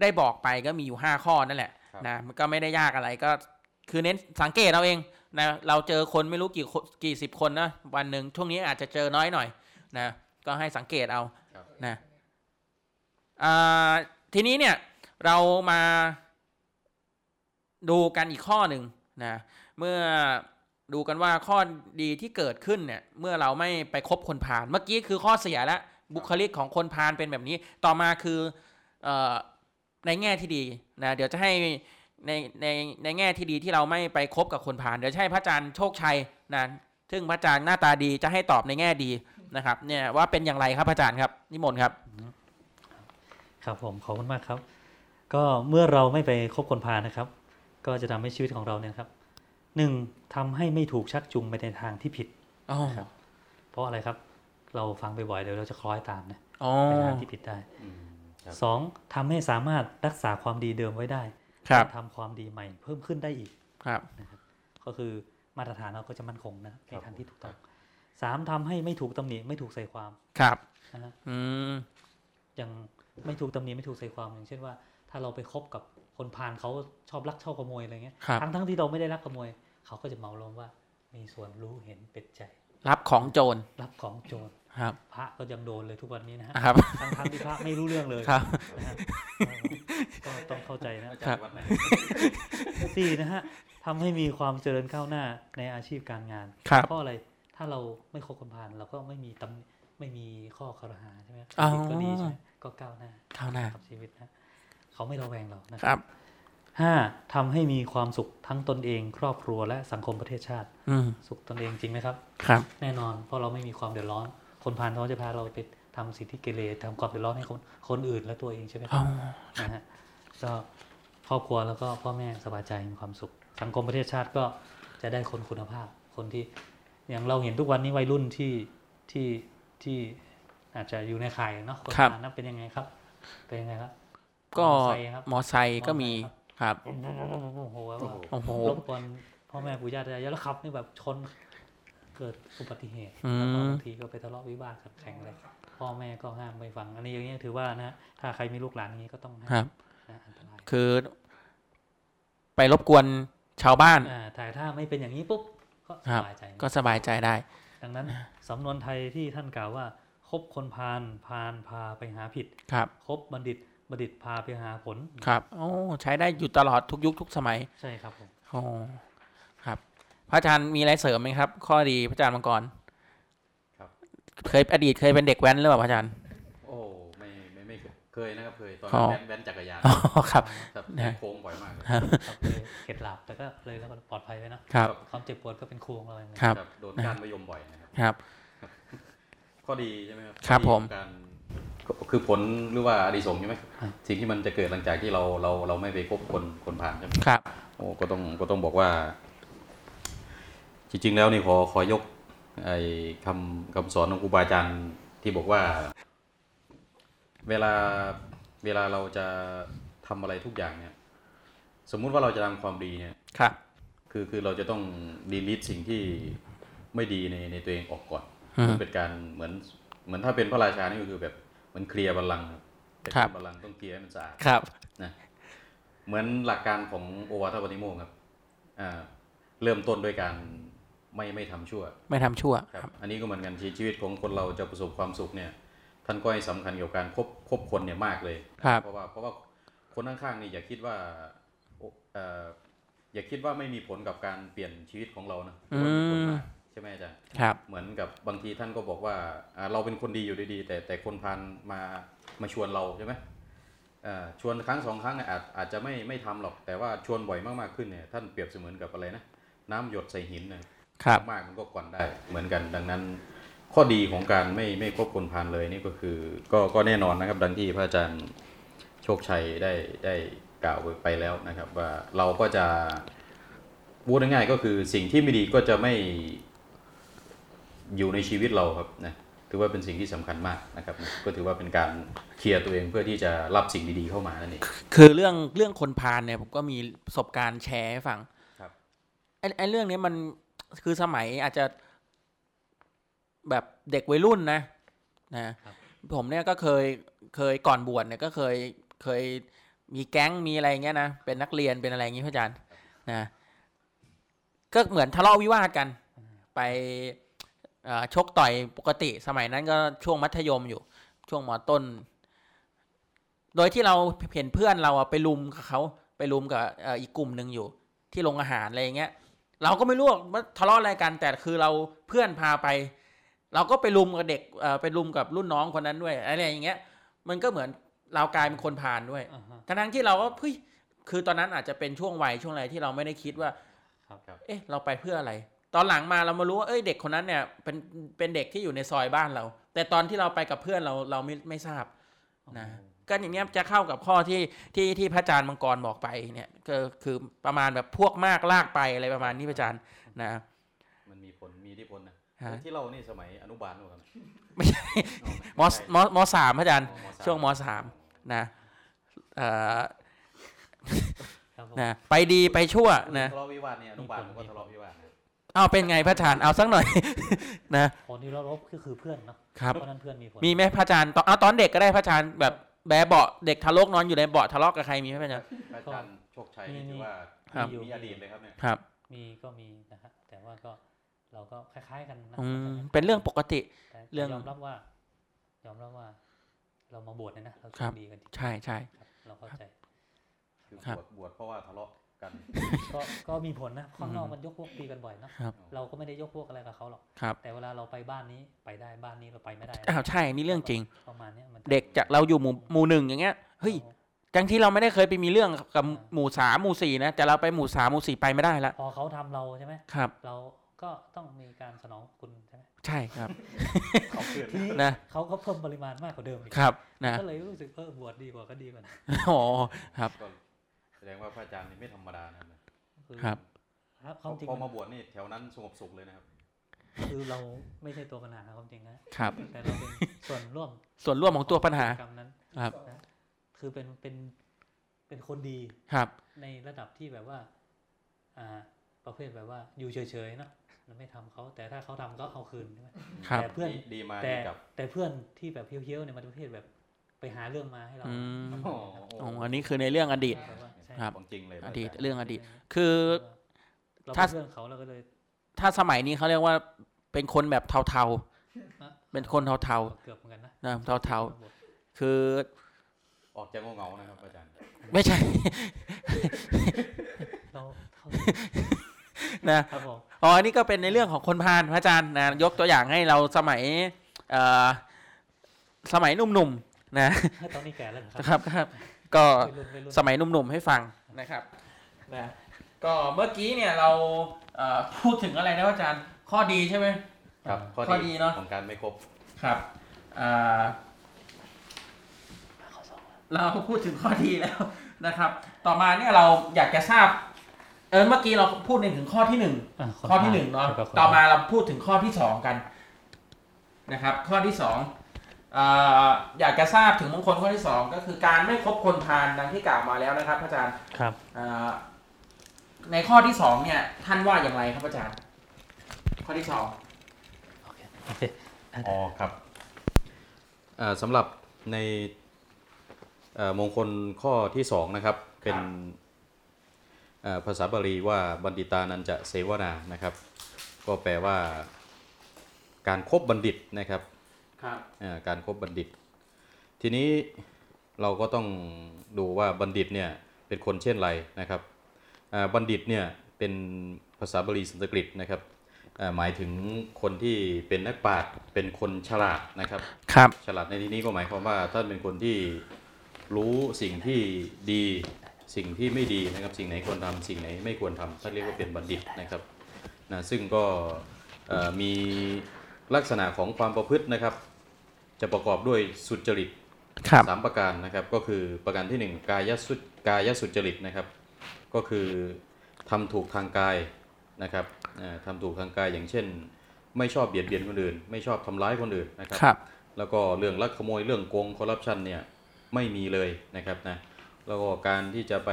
A: ได้บอกไปก็มีอยู่ 5 ข้อนั่นแหละนะมันก็ไม่ได้ยากอะไรก็คือเน้นสังเกตเอาเองนะเราเจอคนไม่รู้กี่คนกี่สิบคนนะวันหนึ่งช่วงนี้อาจจะเจอน้อยหน่อยนะ ก็ให้สังเกตเอา
C: ครับ
A: นะอ่าทีนี้เนี่ยเรามาดูกันอีกข้อหนึ่งนะเมื่อดูกันว่าข้อดีที่เกิดขึ้นเนี่ยเมื่อเราไม่ไปคบคนพาลเมื่อกี้คือข้อเสียละบุคลิกของคนพาลเป็นแบบนี้ ต่อมาคือเออในแง่ที่ดีนะเดี๋ยวจะให้ ในในในแง่ที่ดีที่เราไม่ไปคบกับคนผ่าน เดี๋ยวจะให้พระอาจารย์โชคชัยนะซึ่งพระอาจารย์หน้าตาดีจะให้ตอบในแง่ดีนะครับ เนี่ยว่าเป็นอย่างไรครับพระอาจารย์ครับนิมนต์ครับ
B: ครับผมขอบคุณมากครับ ก็เมื่อเราไม่ไปคบคนพาลนะครับ ก็จะทำให้ชีวิตของเราเนี่ยครับหนึ่งทำให้ไม่ถูกชักจูงไปในทางที่ผิด
A: อ๋อ
B: ครับ เพราะอะไรครับ เราฟังบ่อยๆเดี๋ยวเราจะคล้อยตามนะ
A: อ๋อ
B: ไปทางที่ผิดได้
C: อืมครับ
B: สองทำให้สามารถรักษาความดีเดิมไว้ได้
A: ครับ
B: และทำความดีใหม่เพิ่มขึ้นได้อีก
A: ครับ
B: ก็คือมาตรฐานเราก็จะมั่นคงนะใน
C: ครับ
B: ทางที่ถูกต้องสามทำให้ไม่ถูกตำหนิไม่ถูกใส่ความ
A: ครับ
B: นะฮะ
A: อืม
B: อย่างไม่ถูกตำหนิไม่ถูกใส่ความอย่างเช่นว่า ถ้าเราไปคบกับคนพาลเขาชอบลักชอบขโมยอะไรเงี้ย
A: ครับ
B: ทั้งทั้งที่เราไม่ได้ลักขโมย เขาก็จะเหมาลงว่า มีส่วนรู้เห็นเป็นใจ
A: รับของโจร
B: รับของโจร
A: ครับ
B: พระก็ยังโดนเลยทุกวันนี้นะฮะ
A: ครับ
B: ทั้งทั้งที่พระไม่รู้เรื่องเลย
A: ครับ
B: นะฮะก็ก็ต้องเข้าใจนะ
C: อาจารย์วัดไหน
B: สี่นะฮะทำให้มีความเจริญก้าวหน้าในอาชีพการงาน
A: ครับ
B: เพราะอะไร ถ้าเราไม่คบคนพาลเราก็ไม่มีตำไม่มีข้อคารหาใช่ไหม
A: อ๋อ
B: ผิดก็ดีใช่ไหมก็ก้าวหน้า
A: ข้าวหน้า
B: กับชีวิตนะเขาไม่ระแวงเรานะ
A: ค
B: ค
A: รั
B: รับบ ห้าทำให้มีความสุขทั้งตนเอง ครอบครัวและสังคมประเทศชาติ
A: อืม
B: สุขตนเองจริงไหมครับ
A: ครับ
B: แน่นอน เพราะเราไม่มีความเดือดร้อน คนพาลเขาจะพาเราไปทำสิ่งที่เกเรทำความเดือดร้อนให้คนคนอื่นและตัวเองใช่ไหมค
A: อ๋อ
B: รั
A: บ
B: นะฮะก็ครอบครัวแล้วก็พ่อแม่สบายใจมีความสุข สังคมประเทศชาติก็จะได้คนคุณภาพ คนที่อย่างเราเห็นทุกวันนี้วัยรุ่นที่ที่ที่อาจจะอยู่ในข่ายเนาะกฎหมายนั้นเป็นยังไงครับ เป็นยังไงครับ
A: ก็
B: มอไซค์ครับ
A: มอไซค์ก็มี
B: มอไซค์ค
A: ครั
B: รับ
A: บ
B: โอ้โหแบบว่า
A: โอ้โห
B: รบกวนพ่อแม่ปู่ย่าตายายแล้วขับนี่แบบชนเกิดอุบัติเหตุ
A: อื
B: แล้วก็
A: ม
B: บางทีก็ไปทะเลาะวิวาทกันแข่งเลยพ่อแม่ก็ห้ามไม่ฟัง อันนี้อย่างเงี้ยถือว่านะฮะถ้าใครมีลูกหลานอย่างงี้ก็ต้อง
A: ค
B: ห้า
A: รั
B: ม
A: บ
B: นะอันตราย
A: คือ ไปรบกวนชาวบ้าน
B: อ่าแต่ถ้าไม่เป็นอย่างนี้ปุ๊บก็สบายใจ
A: ก็สบายใจได้
B: ดังนั้นสำนวนไทยที่ท่านกล่าวว่า คบคนพาลพาลพาไปหาผิด
A: ครับ
B: คบบัณฑิตบัณฑิตพาไปหาผล
A: ครับโอ้ใช้ได้อยู่ตลอดทุกยุคทุกสมัย
B: ใช่ครับผม
A: โอ้ครับ พระอาจารย์มีอะไรเสริมไหมครับ ข้อดีพระอาจารย์มังกร
C: ครับ
A: เคยอดีตเคยเป็นเด็กแว้นหรือเปล่าพระอาจารย์
C: โอ้ไม่ไม่ไม่เคยนะครับเคยตอน
A: อ๋อ
C: แว้นแว้นจักรยาน
A: อ๋อครับ
C: ครับ
A: นะ
C: โค้งบ่อยมากเลย
A: ครับ
B: ครับเลยเข็ดหลับแต่ก็เลยแล้วก็ปลอดภัยไว้นะครับ ความเจ็บปวดก็เป็นครูของเราเองนะครับ
C: โดนการมะยมบ่อยนะครับ
A: ครับ
C: ข้อดีใช่ไหมครับ
A: ครับ
C: ข้อ
A: ผ
C: ดี
A: ม
C: ของการก็คือผลหรือว่าอดีสงส์ใช่ไหมสิ่งที่มันจะเกิดหลังจากที่เราเราเราไม่ไปคบคนคนผ่านใช่ไหม
A: ครับ
C: โอ้ก็ต้องก็ต้องบอกว่า จริง ๆ แล้วนี่ขอขอยกไอ้คำคำสอนของครูบาอาจารย์ที่บอกว่า เวลาเวลาเราจะทำอะไรทุกอย่างเนี่ย สมมุติว่าเราจะทำความดีเนี่ย
A: ครับ
C: คือคือเราจะต้องดีลิทสิ่งที่ไม่ดีในในตัวเองออกก่อน
A: อืม
C: มันเป็นการเหมือนเหมือนถ้าเป็นพระราชานี่ก็คือแบบเหมันเคลียร์บัลลังก์ครับ
A: ครับ
C: เป็นบัลลังก์ต้องเคลียร์ให้มันสะอาด
A: ครับ
C: เหมือนหลักการของโอวาทปฏิโมกข์ครับอ่าเริ่มต้นด้วยการไม่ไม่ทำชั่ว
A: ไม่ทำชั่ว
C: ค
A: ครับ รับ
C: อันนี้ก็เหมือนกันชีชีวิตของคนเราจะประสบความสุขเนี่ย ท่านก็ให้สำคัญเกี่ยวกับการคบคบคนเนี่ยมากเลย
A: ครับ
C: เพราะว่าเพราะว่าคนข้างๆนี่อย่าคิดว่าโอเอ่ออย่าคิดว่าไม่มีผลกับการเปลี่ยนชีวิตของเรานะถือว่ามีผลมากใช่ไหมอาจารย์
A: ครับ
C: เหมือนกับบางทีท่านก็บอกว่าอ่าเราเป็นคนดีอยู่ดีๆ แต่แต่คนพานมามาชวนเราใช่ไหมอ่าชวนครั้งสองครั้งเนี่ยอาจอาจจะไม่ไม่ทำหรอกแต่ว่าชวนบ่อยมากๆขึ้นเนี่ยท่านเปรียบเสมือนกับอะไรนะน้ำหยดใส่หินนะครับ มากมันก็กวนได้เหมือนกันดังนั้น ข้อดีของการไม่ไม่คบคนพานเลยนี่ก็คือ ก็ก็แน่นอนนะครับ ดังที่พระอาจารย์โชคชัยได้ได้กล่าวไปแล้วนะครับ ว่าเราก็จะพูดง่ายๆก็คือสิ่งที่ไม่ดีก็จะไม่ อยู่ในชีวิตเราครับนะถือว่าเป็นสิ่งที่สำคัญมากนะครับนะก็ถือว่าเป็นการเคลียร์ตัวเองเพื่อที่จะรับสิ่งดีๆเข้ามานั่นเอง
A: คือเรื่องเรื่องคนพาลเนี่ยผมก็มีประสบการณ์แชร์ให้ฟัง
C: ครับ
A: ไอ้ไอ้เรื่องเนี้ยมันคือสมัยอาจจะแบบเด็กวัยรุ่นนะนะผมเนี่ยก็เคยเคยก่อนบวชเนี่ยก็เคยเคยมีแก๊งมีอะไรอย่างเงี้ยนะเป็นนักเรียนเป็นอะไรอย่างงี้พระอาจารย์นะก็เหมือนทะเลาะวิวาทกัน ไปเ เอ่อชกต่อยปกติสมัยนั้นก็ช่วงมัธยมอยู่ ช่วงมอต้น โดยที่เราเห็นเพื่อนเราอะไปลุมกับเขาไปลุมกับเอ่ออีกกลุ่มหนึ่งอยู่ ที่โรงอาหารอะไรอย่างเงี้ย เราก็ไม่รู้ว่ามันทะเลาะอะไรกัน แต่คือเราเพื่อนพาไป เราก็ไปลุมกับเด็กเอ่อไปลุมกับรุ่นน้องคนนั้นด้วยอะไรอย่างเงี้ย มันก็เหมือนเรากลายเป็นคนผ่านด้วย
B: อ่าฮะ
A: ทั้งๆที่เราก็เฮ้ยคือตอนนั้นอาจจะเป็นช่วงวัยช่วงอะไรที่เราไม่ได้คิดว่า
C: ครับครับ
A: เอ๊ะ เราไปเพื่ออะไร ตอนหลังมาเรามารู้ว่า เอ้ย เด็กคนนั้นเนี่ย เป็น เป็นเด็กที่อยู่ในซอยบ้านเรา แต่ตอนที่เราไปกับเพื่อนเรา เราไม่ ไม่ทราบนะ ก็อย่างเงี้ยจะเข้ากับข้อที่ ที่ ที่พระอาจารย์มังกรบอกไปเนี่ย ก็คือประมาณแบบพวกมากลากไปอะไรประมาณนี้พระอาจารย์นะ
C: มันมีผลมีอิทธิพลนะ
A: ฮะ
C: ที่เรานี่สมัยอนุบาลหรือเปล่าครับ
A: ไม่
C: [LAUGHS]
A: ใช่ม
C: อ๋อ
A: อ
C: ไใช่
A: มอมสามพระอาจารย์
C: อ๋อสา
A: ช่วงมสามนะเอ่อ
B: ครับผม
A: นะ ไปดีไปชั่วนะ
C: ทะเลาะวิวาทเนี่ยอนุบาลมันก็ทะเลาะวิวาทนะ
A: เอาเป็นไงพระอาจารย์ เอาสักหน่อย [LAUGHS] นะ
B: คนที่เรารบก็คือเพื่อนเนาะ
A: ครับ
B: เพราะฉะนั้นเพื่อนมีผล
A: มีไหมพระอาจารย์ตอนเอาตอนเด็กก็ได้พระอาจารย์แบบแบะเบาะเด็กทารกนอนอยู่ในเบาะทะเลาะกับใครมีไหมพระอาจารย์
C: อาจารย์โชคชัยนี่ถือว่า
A: ครับ
C: มีอดีตเลยครับเนี่ย
A: ครับ
B: มีก็มีนะฮะแต่ว่าก็เราก็คล้ายๆกันนะ
A: อืม
B: แต่
A: เป็นเรื่องปกติ
B: แต่
A: เรื่อง
B: ยอมรับว่า ยอมรับว่า เรามาบวชเนี่ยนะเราโช
A: ครับ
B: คดีกันจริง
A: ใช่ใช่
B: ๆครับเราเข้าใจ
C: คือ
A: ครับ
C: บวชบวชเพราะว่าทะเลาะกัน
B: ก็ก็มีผลนะข้างนอก
A: อืม
B: มันยกพวกตีกันบ่อยเนาะ
A: ครับ
B: เราก็ไม่ได้ยกพวกอะไรกับเขาหรอก
A: ครับ
B: แต่เวลาเราไปบ้านนี้ไปได้บ้านนี้เราไปไม่ได้นะ
A: อ้าวใช่นี่เรื่องจริง
B: ประมาณนี้ยมัน
A: เด็กจากเราอยู่หมู่หมู่หนึ่งอย่างเงี้ยเฮ้ย
B: รา
A: ทั้งที่เราไม่ได้เคยไปมีเรื่องกับหมู่สามหมู่สี่นะแต่เราไปหมู่สามหมู่สี่ไปไม่ได้ละ
B: พอเขาทำเราใช่ไหม
A: ครับ
B: เราก็ต้องมีการสนองคุณใช่ไหม
A: ใช่ครับ
C: เขาเกิด
B: ทีนี้
A: นะ
B: เขาก็เพิ่มปริมาณมากกว่าเดิมอีก
A: ครับนะ
B: ก็เลยรู้สึกเออบวชดีกว่าก็ดีกว่านะ
A: โอ้ ครับ
C: ก็แสดงว่าพระอาจารย์นี่ไม่ธรรมดานะครับ
B: คือ
A: ครับ
B: ครับความจริง
C: พอ
B: มั
C: มาน บวชนี่แถวนั้นสงบสุขเลยนะครับ
B: คือเราไม่ใช่ตัวปัญหาความจริงนะ
A: ครับ
B: แต่เราเป็นส่วนร่วม
A: ส่วนร่วมของตัวปัญหา
B: กรรมนั้น
A: ครับ
B: นะคือเป็นเป็นเป็นคนดี
A: ครับ
B: ในระดับที่แบบว่า อ่า ประเภทแบบว่าอยู่เฉยๆเนาะเราไม่ทำเขาแต่ถ้าเขาทำก็เอาคืนใช่ไหม
A: ครับ
B: แต่เพื่อน
C: ดีดีมา
B: แต่
C: ดีกลับ
B: แต่เพื่อนที่แบบเพี้ยวๆเนี่ยมันประเภทแบบไปหาเรื่องมาให้เรา
A: อืม
B: ทำ
C: อ๋อ
B: นะ
A: อ๋ออันนี้คือในเรื่องอดีต
B: แบบว่าใช่
A: ครับ
C: ของจริงเลย
A: อดีต
C: พะาจารย์
A: เรื่องอดีต คือ
B: เรา
A: ถ้า
B: เป็นเพื่อนเขาเราก็เลย
A: ถ้าสมัยนี้เขาเรียกว่าเป็นคนแบบเทา
B: อ่ะ
A: ๆ เป็นคนเทา
B: เกือบเหมือนกันนะ
A: ๆนะเทาๆ คือ
C: ออกจากงเหงาๆนะครับพระอาจารย์
A: ไม่ใช่ [LAUGHS]
B: เราเท่า
A: นะ
B: ครับผม
A: อ๋ออันนี้ก็เป็นในเรื่องของคนพาลพระอาจารย์นะยกตัวอย่างให้เราสมัยเอ่อสมัยหนุ่มๆนะ
B: ตอนนี้แก่แล้วเหรอครั
A: ครั
B: บ
A: บ [LAUGHS] ครับ ก็
B: วัยรุ่นวัยรุ่น
A: สมัยหนุ่มๆให้ฟังนะครับนะก็เมื่อกี้เนี่ยเราเอ่อพูดถึงอะไรนะอาจารย์ ข้อดีใช่ไหม
C: ครับ
A: ข้อดีเนอะ
C: ของการไม่ครบ
A: ครับอ่าเราพูดถึงข้อดีแล้ว [LAUGHS] นะครับ ต่อมาเนี่ยเราอยากจะทราบ เออเมื่อกี้เราพูดในถึงข้อที่หนึ่ง
B: อ่ะ
A: ข้อที่หนึ่งเนาะ
B: ครับ
A: ต่อมาเราพูดถึงข้อที่สองกันนะครับ ข้อที่สองเอ่ออยากจะทราบถึงมงคลข้อที่สองก็คือการไม่คบคนพาลดังที่กล่าวมาแล้วนะครับพระอาจารย์
B: ครับ
A: เอ่อในข้อที่สองเนี่ยท่านว่าอย่างไรครับพระอาจารย์ ข้อที่สอง
C: อ๋อครับเอ่อสำหรับในเอ่อมงคลข้อที่สองนะครับ เป็นเอ่อภาษาบาลีว่าบัณฑิตานันจะเสวนานะครับ ก็แปลว่าการคบบัณฑิตนะครับ
A: ครับ
C: เอ่อการคบบัณฑิต ทีนี้เราก็ต้องดูว่าบัณฑิตเนี่ยเป็นคนเช่นไรนะครับอ่าบัณฑิตเนี่ยเป็นภาษาบาลีสันสกฤตนะครับอ่าหมายถึงคนที่เป็นนักปราชญ์เป็นคนฉลาดนะครับ
A: ครับ
C: ฉลาดในที่นี้ก็หมายความว่าท่านเป็นคนที่รู้สิ่งที่ดีสิ่งที่ไม่ดีนะครับ สิ่งไหนควรทำสิ่งไหนไม่ควรทำท่านเรียกว่าเป็นบัณฑิตนะครับนะซึ่งก็เอ่อมีลักษณะของความประพฤตินะครับ จะประกอบด้วยสุจริต
A: ครับ
C: สามประการนะครับก็คือประการที่หนึ่งกายสุจกายสุจริตนะครับ ก็คือทำถูกทางกายนะครับเอ่อทำถูกทางกายอย่างเช่น ไม่ชอบเบียดเบียนคนอื่น ไม่ชอบทำร้ายคนอื่นนะครับ
A: ครับ
C: แล้วก็เรื่องลักขโมยเรื่องโกงคอร์รัปชันเนี่ยไม่มีเลยนะครับนะแล้วก็การที่จะไป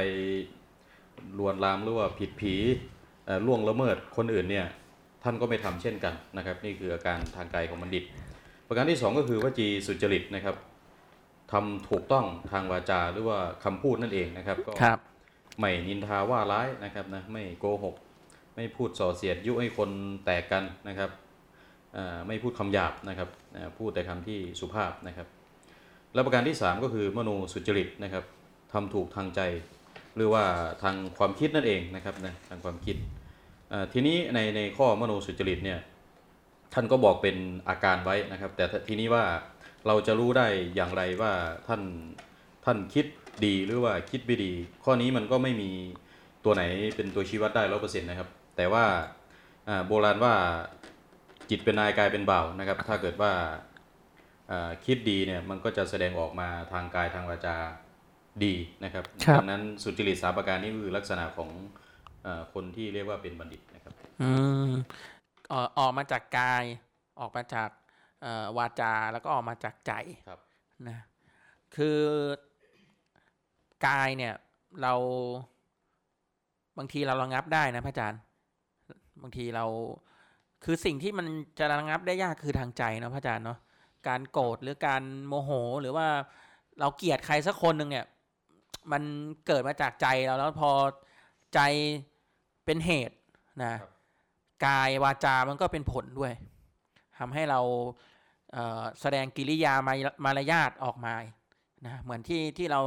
C: ลวนลามหรือว่าผิดผีเอ่อล่วงละเมิดคนอื่นเนี่ยท่านก็ไม่ทำเช่นกันนะครับนี่คืออาการทางกายของบัณฑิต ประการที่สองก็คือวจีสุจริตนะครับทำถูกต้องทางวาจาหรือว่าคำพูดนั่นเองนะครับก็
A: ครับ
C: ไม่นินทาว่าร้ายนะครับนะไม่โกหก ไม่พูดส่อเสียดยุให้คนแตกกันนะครับ เอ่อไม่พูดคำหยาบนะครับเอ่อพูดแต่คำที่สุภาพนะครับ และประการที่ 3 ก็คือมโนสุจริตนะครับทำถูกทางใจ หรือว่าทางความคิดนั่นเองนะครับนะทางความคิดเอ่อทีนี้ในในข้อมโนสุจริตเนี่ยท่านก็บอกเป็นอาการไว้นะครับ แต่ทีนี้ว่าเราจะรู้ได้อย่างไรว่าท่านท่านคิดดีหรือว่าคิดไม่ดี ข้อนี้มันก็ไม่มีตัวไหนเป็นตัวชี้วัดได้ร้อเปอร์เซ็นต์นะครับ แต่ว่าอ่าโบราณว่าจิตเป็นนายกายเป็นบ่าวนะครับ ถ้าเกิดว่า อ่าคิดดีเนี่ยมันก็จะแสดงออกมาทางกายทางวาจาดีนะครับ
A: ครับ
C: ดังนั้นสุจริตสามประการนี้คือลักษณะของเออคนที่เรียกว่าเป็นบัณฑิตนะครับ
A: อืมเอ่อออกมาจากกาย ออกมาจากเอ่อวาจาแล้วก็ออกมาจากใจ
C: ครับ
A: นะคือกายเนี่ยเราบางทีเราระงับได้นะพระอาจารย์ บางทีเราคือสิ่งที่มันจะระงับได้ยากคือทางใจเนาะพระอาจารย์เนาะการโกรธหรือการโมโหหรือว่าเราเกลียดใครสักคนหนึ่งเนี่ย มันเกิดมาจากใจเราแล้วพอใจเป็นเหตุ นะครับ กายวาจา มันก็เป็นผลด้วยทำให้เราเอ่อแสดงกิริยามายมารยาทออกมานะเหมือนที่ที่เรา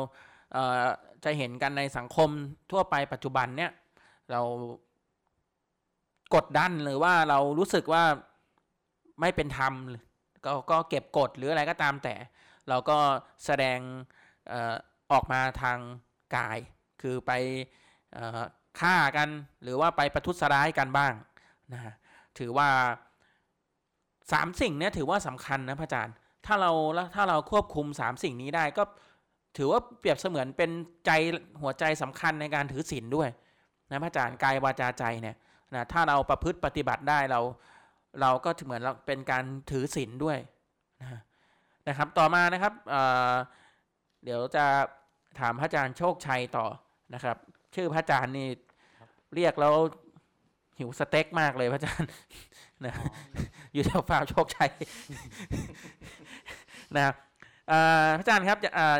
A: เอ่อจะเห็นกันในสังคมทั่วไปปัจจุบันเนี่ยเรากดดันหรือว่าเรารู้สึกว่าไม่เป็นธรรมหรือก็ก็เก็บกดหรืออะไรก็ตามแต่ เราก็แสดงเอ่อออกมาทางกาย คือไป เอ่อฆ่ากันหรือว่าไปประทุษร้ายกันบ้างนะฮะถือว่าสามสิ่งเนี่ยถือว่าสำคัญนะพระอาจารย์ ถ้าเราถ้าเราควบคุมสามสิ่งนี้ได้ก็ถือว่าเปรียบเสมือนเป็นใจหัวใจสำคัญในการถือศีลด้วยนะพระอาจารย์กายวาจาใจเนี่ยนะถ้าเราประพฤติปฏิบัติได้เราเราก็เหมือนเราเป็นการถือศีลด้วยนะฮะนะครับ ต่อมานะครับเอ่อเดี๋ยวจะถามพระอาจารย์โชคชัยต่อนะครับ ชื่อพระอาจารย์นี่เรียกแล้วหิวสเต็กมากเลยพระอาจารย์ นะอยู่แถวฟาร์มโชคชัย นะครับเอ่อพระอาจารย์ครับจะเอ่อ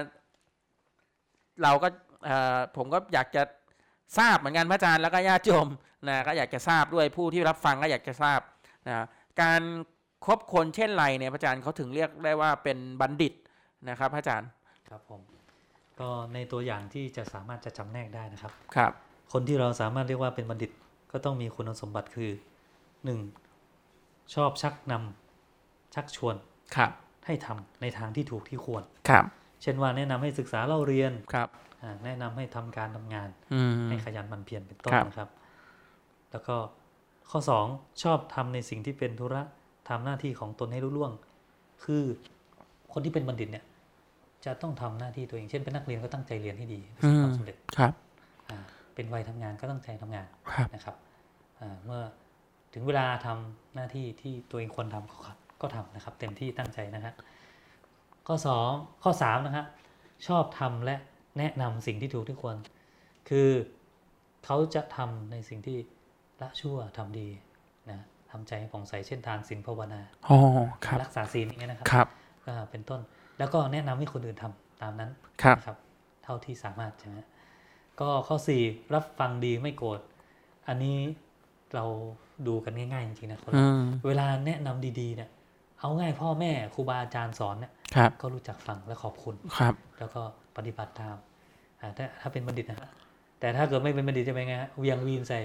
A: เราก็เอ่อผมก็อยากจะทราบเหมือนกันพระอาจารย์แล้วก็ญาติโยมนะก็อยากจะทราบด้วยผู้ที่รับฟังก็อยากจะทราบนะการคบคนเช่นไรเนี่ยพระอาจารย์เขาถึงเรียกได้ว่าเป็นบัณฑิตนะครับพระอาจารย์
B: ครับผมก็ในตัวอย่างที่จะสามารถจะจำแนกได้นะครับ
A: ครับ
B: คนที่เราสามารถเรียกว่าเป็นบัณฑิตก็ต้องมีคุณสมบัติคือ 1. ชอบชักนำชักชวน
A: ครับ
B: ให้ทำในทางที่ถูกที่ควร
A: ครับ
B: เช่นว่าแนะนำให้ศึกษาเล่าเรียน
A: ครับ
B: อ่าแนะนำให้ทำการทำงาน
A: อืม
B: ให้ขยันหมันเพียรเป็นต้น
A: ครับ
B: นะครับ แล้วก็ข้อ 2 ชอบทำในสิ่งที่เป็นธุระทำหน้าที่ของตนให้รุ่ล่วง คือคนที่เป็นบัณฑิตเนี่ยจะต้องทำหน้าที่ตัวเอง เช่นเป็นนักเรียนก็ตั้งใจเรียนให้ดีประสบความสำเร็จ
A: ครับ
B: อ่าเป็นวัยทำงานก็ตั้งใจทำงาน
A: ครับ
B: นะครับอ่าเมื่อถึงเวลาทำหน้าที่ที่ตัวเองควรทำก็ครับก็ทำนะครับ เต็มที่ตั้งใจนะครับข้อสองข้อสามนะครับชอบทำและแนะนำสิ่งที่ถูกที่ควร คือเขาจะทำในสิ่งที่ละชั่วทำดีนะทำใจให้ผ่องใสเช่นทานศีลภาวนา
A: อ๋อครับ
B: รักษาศีลอย่างเงี้ยนะครับ
A: ครับ
B: อ่าเป็นต้นแล้วก็แนะนำให้คนอื่นทำตามนั้น
A: ครับ
B: นะครับเท่าที่สามารถใช่ไหมก็ข้อ 4 รับฟังดีไม่โกรธอันนี้เราดูกันง่ายๆจริงๆนะคน
A: อืม
B: เวลาแนะนำดีๆเนี่ยเอาง่ายพ่อแม่ครูบาอาจารย์สอนเนี่ย
A: ครับ
B: ก็รู้จักฟังและขอบคุณ
A: ครับ
B: แล้วก็ปฏิบัติตามอ่าถ้าถ้าเป็นบัณฑิตนะฮะแต่ถ้าเกิดไม่เป็นบัณฑิตจะเป็นไงฮะเวียงวีนใส่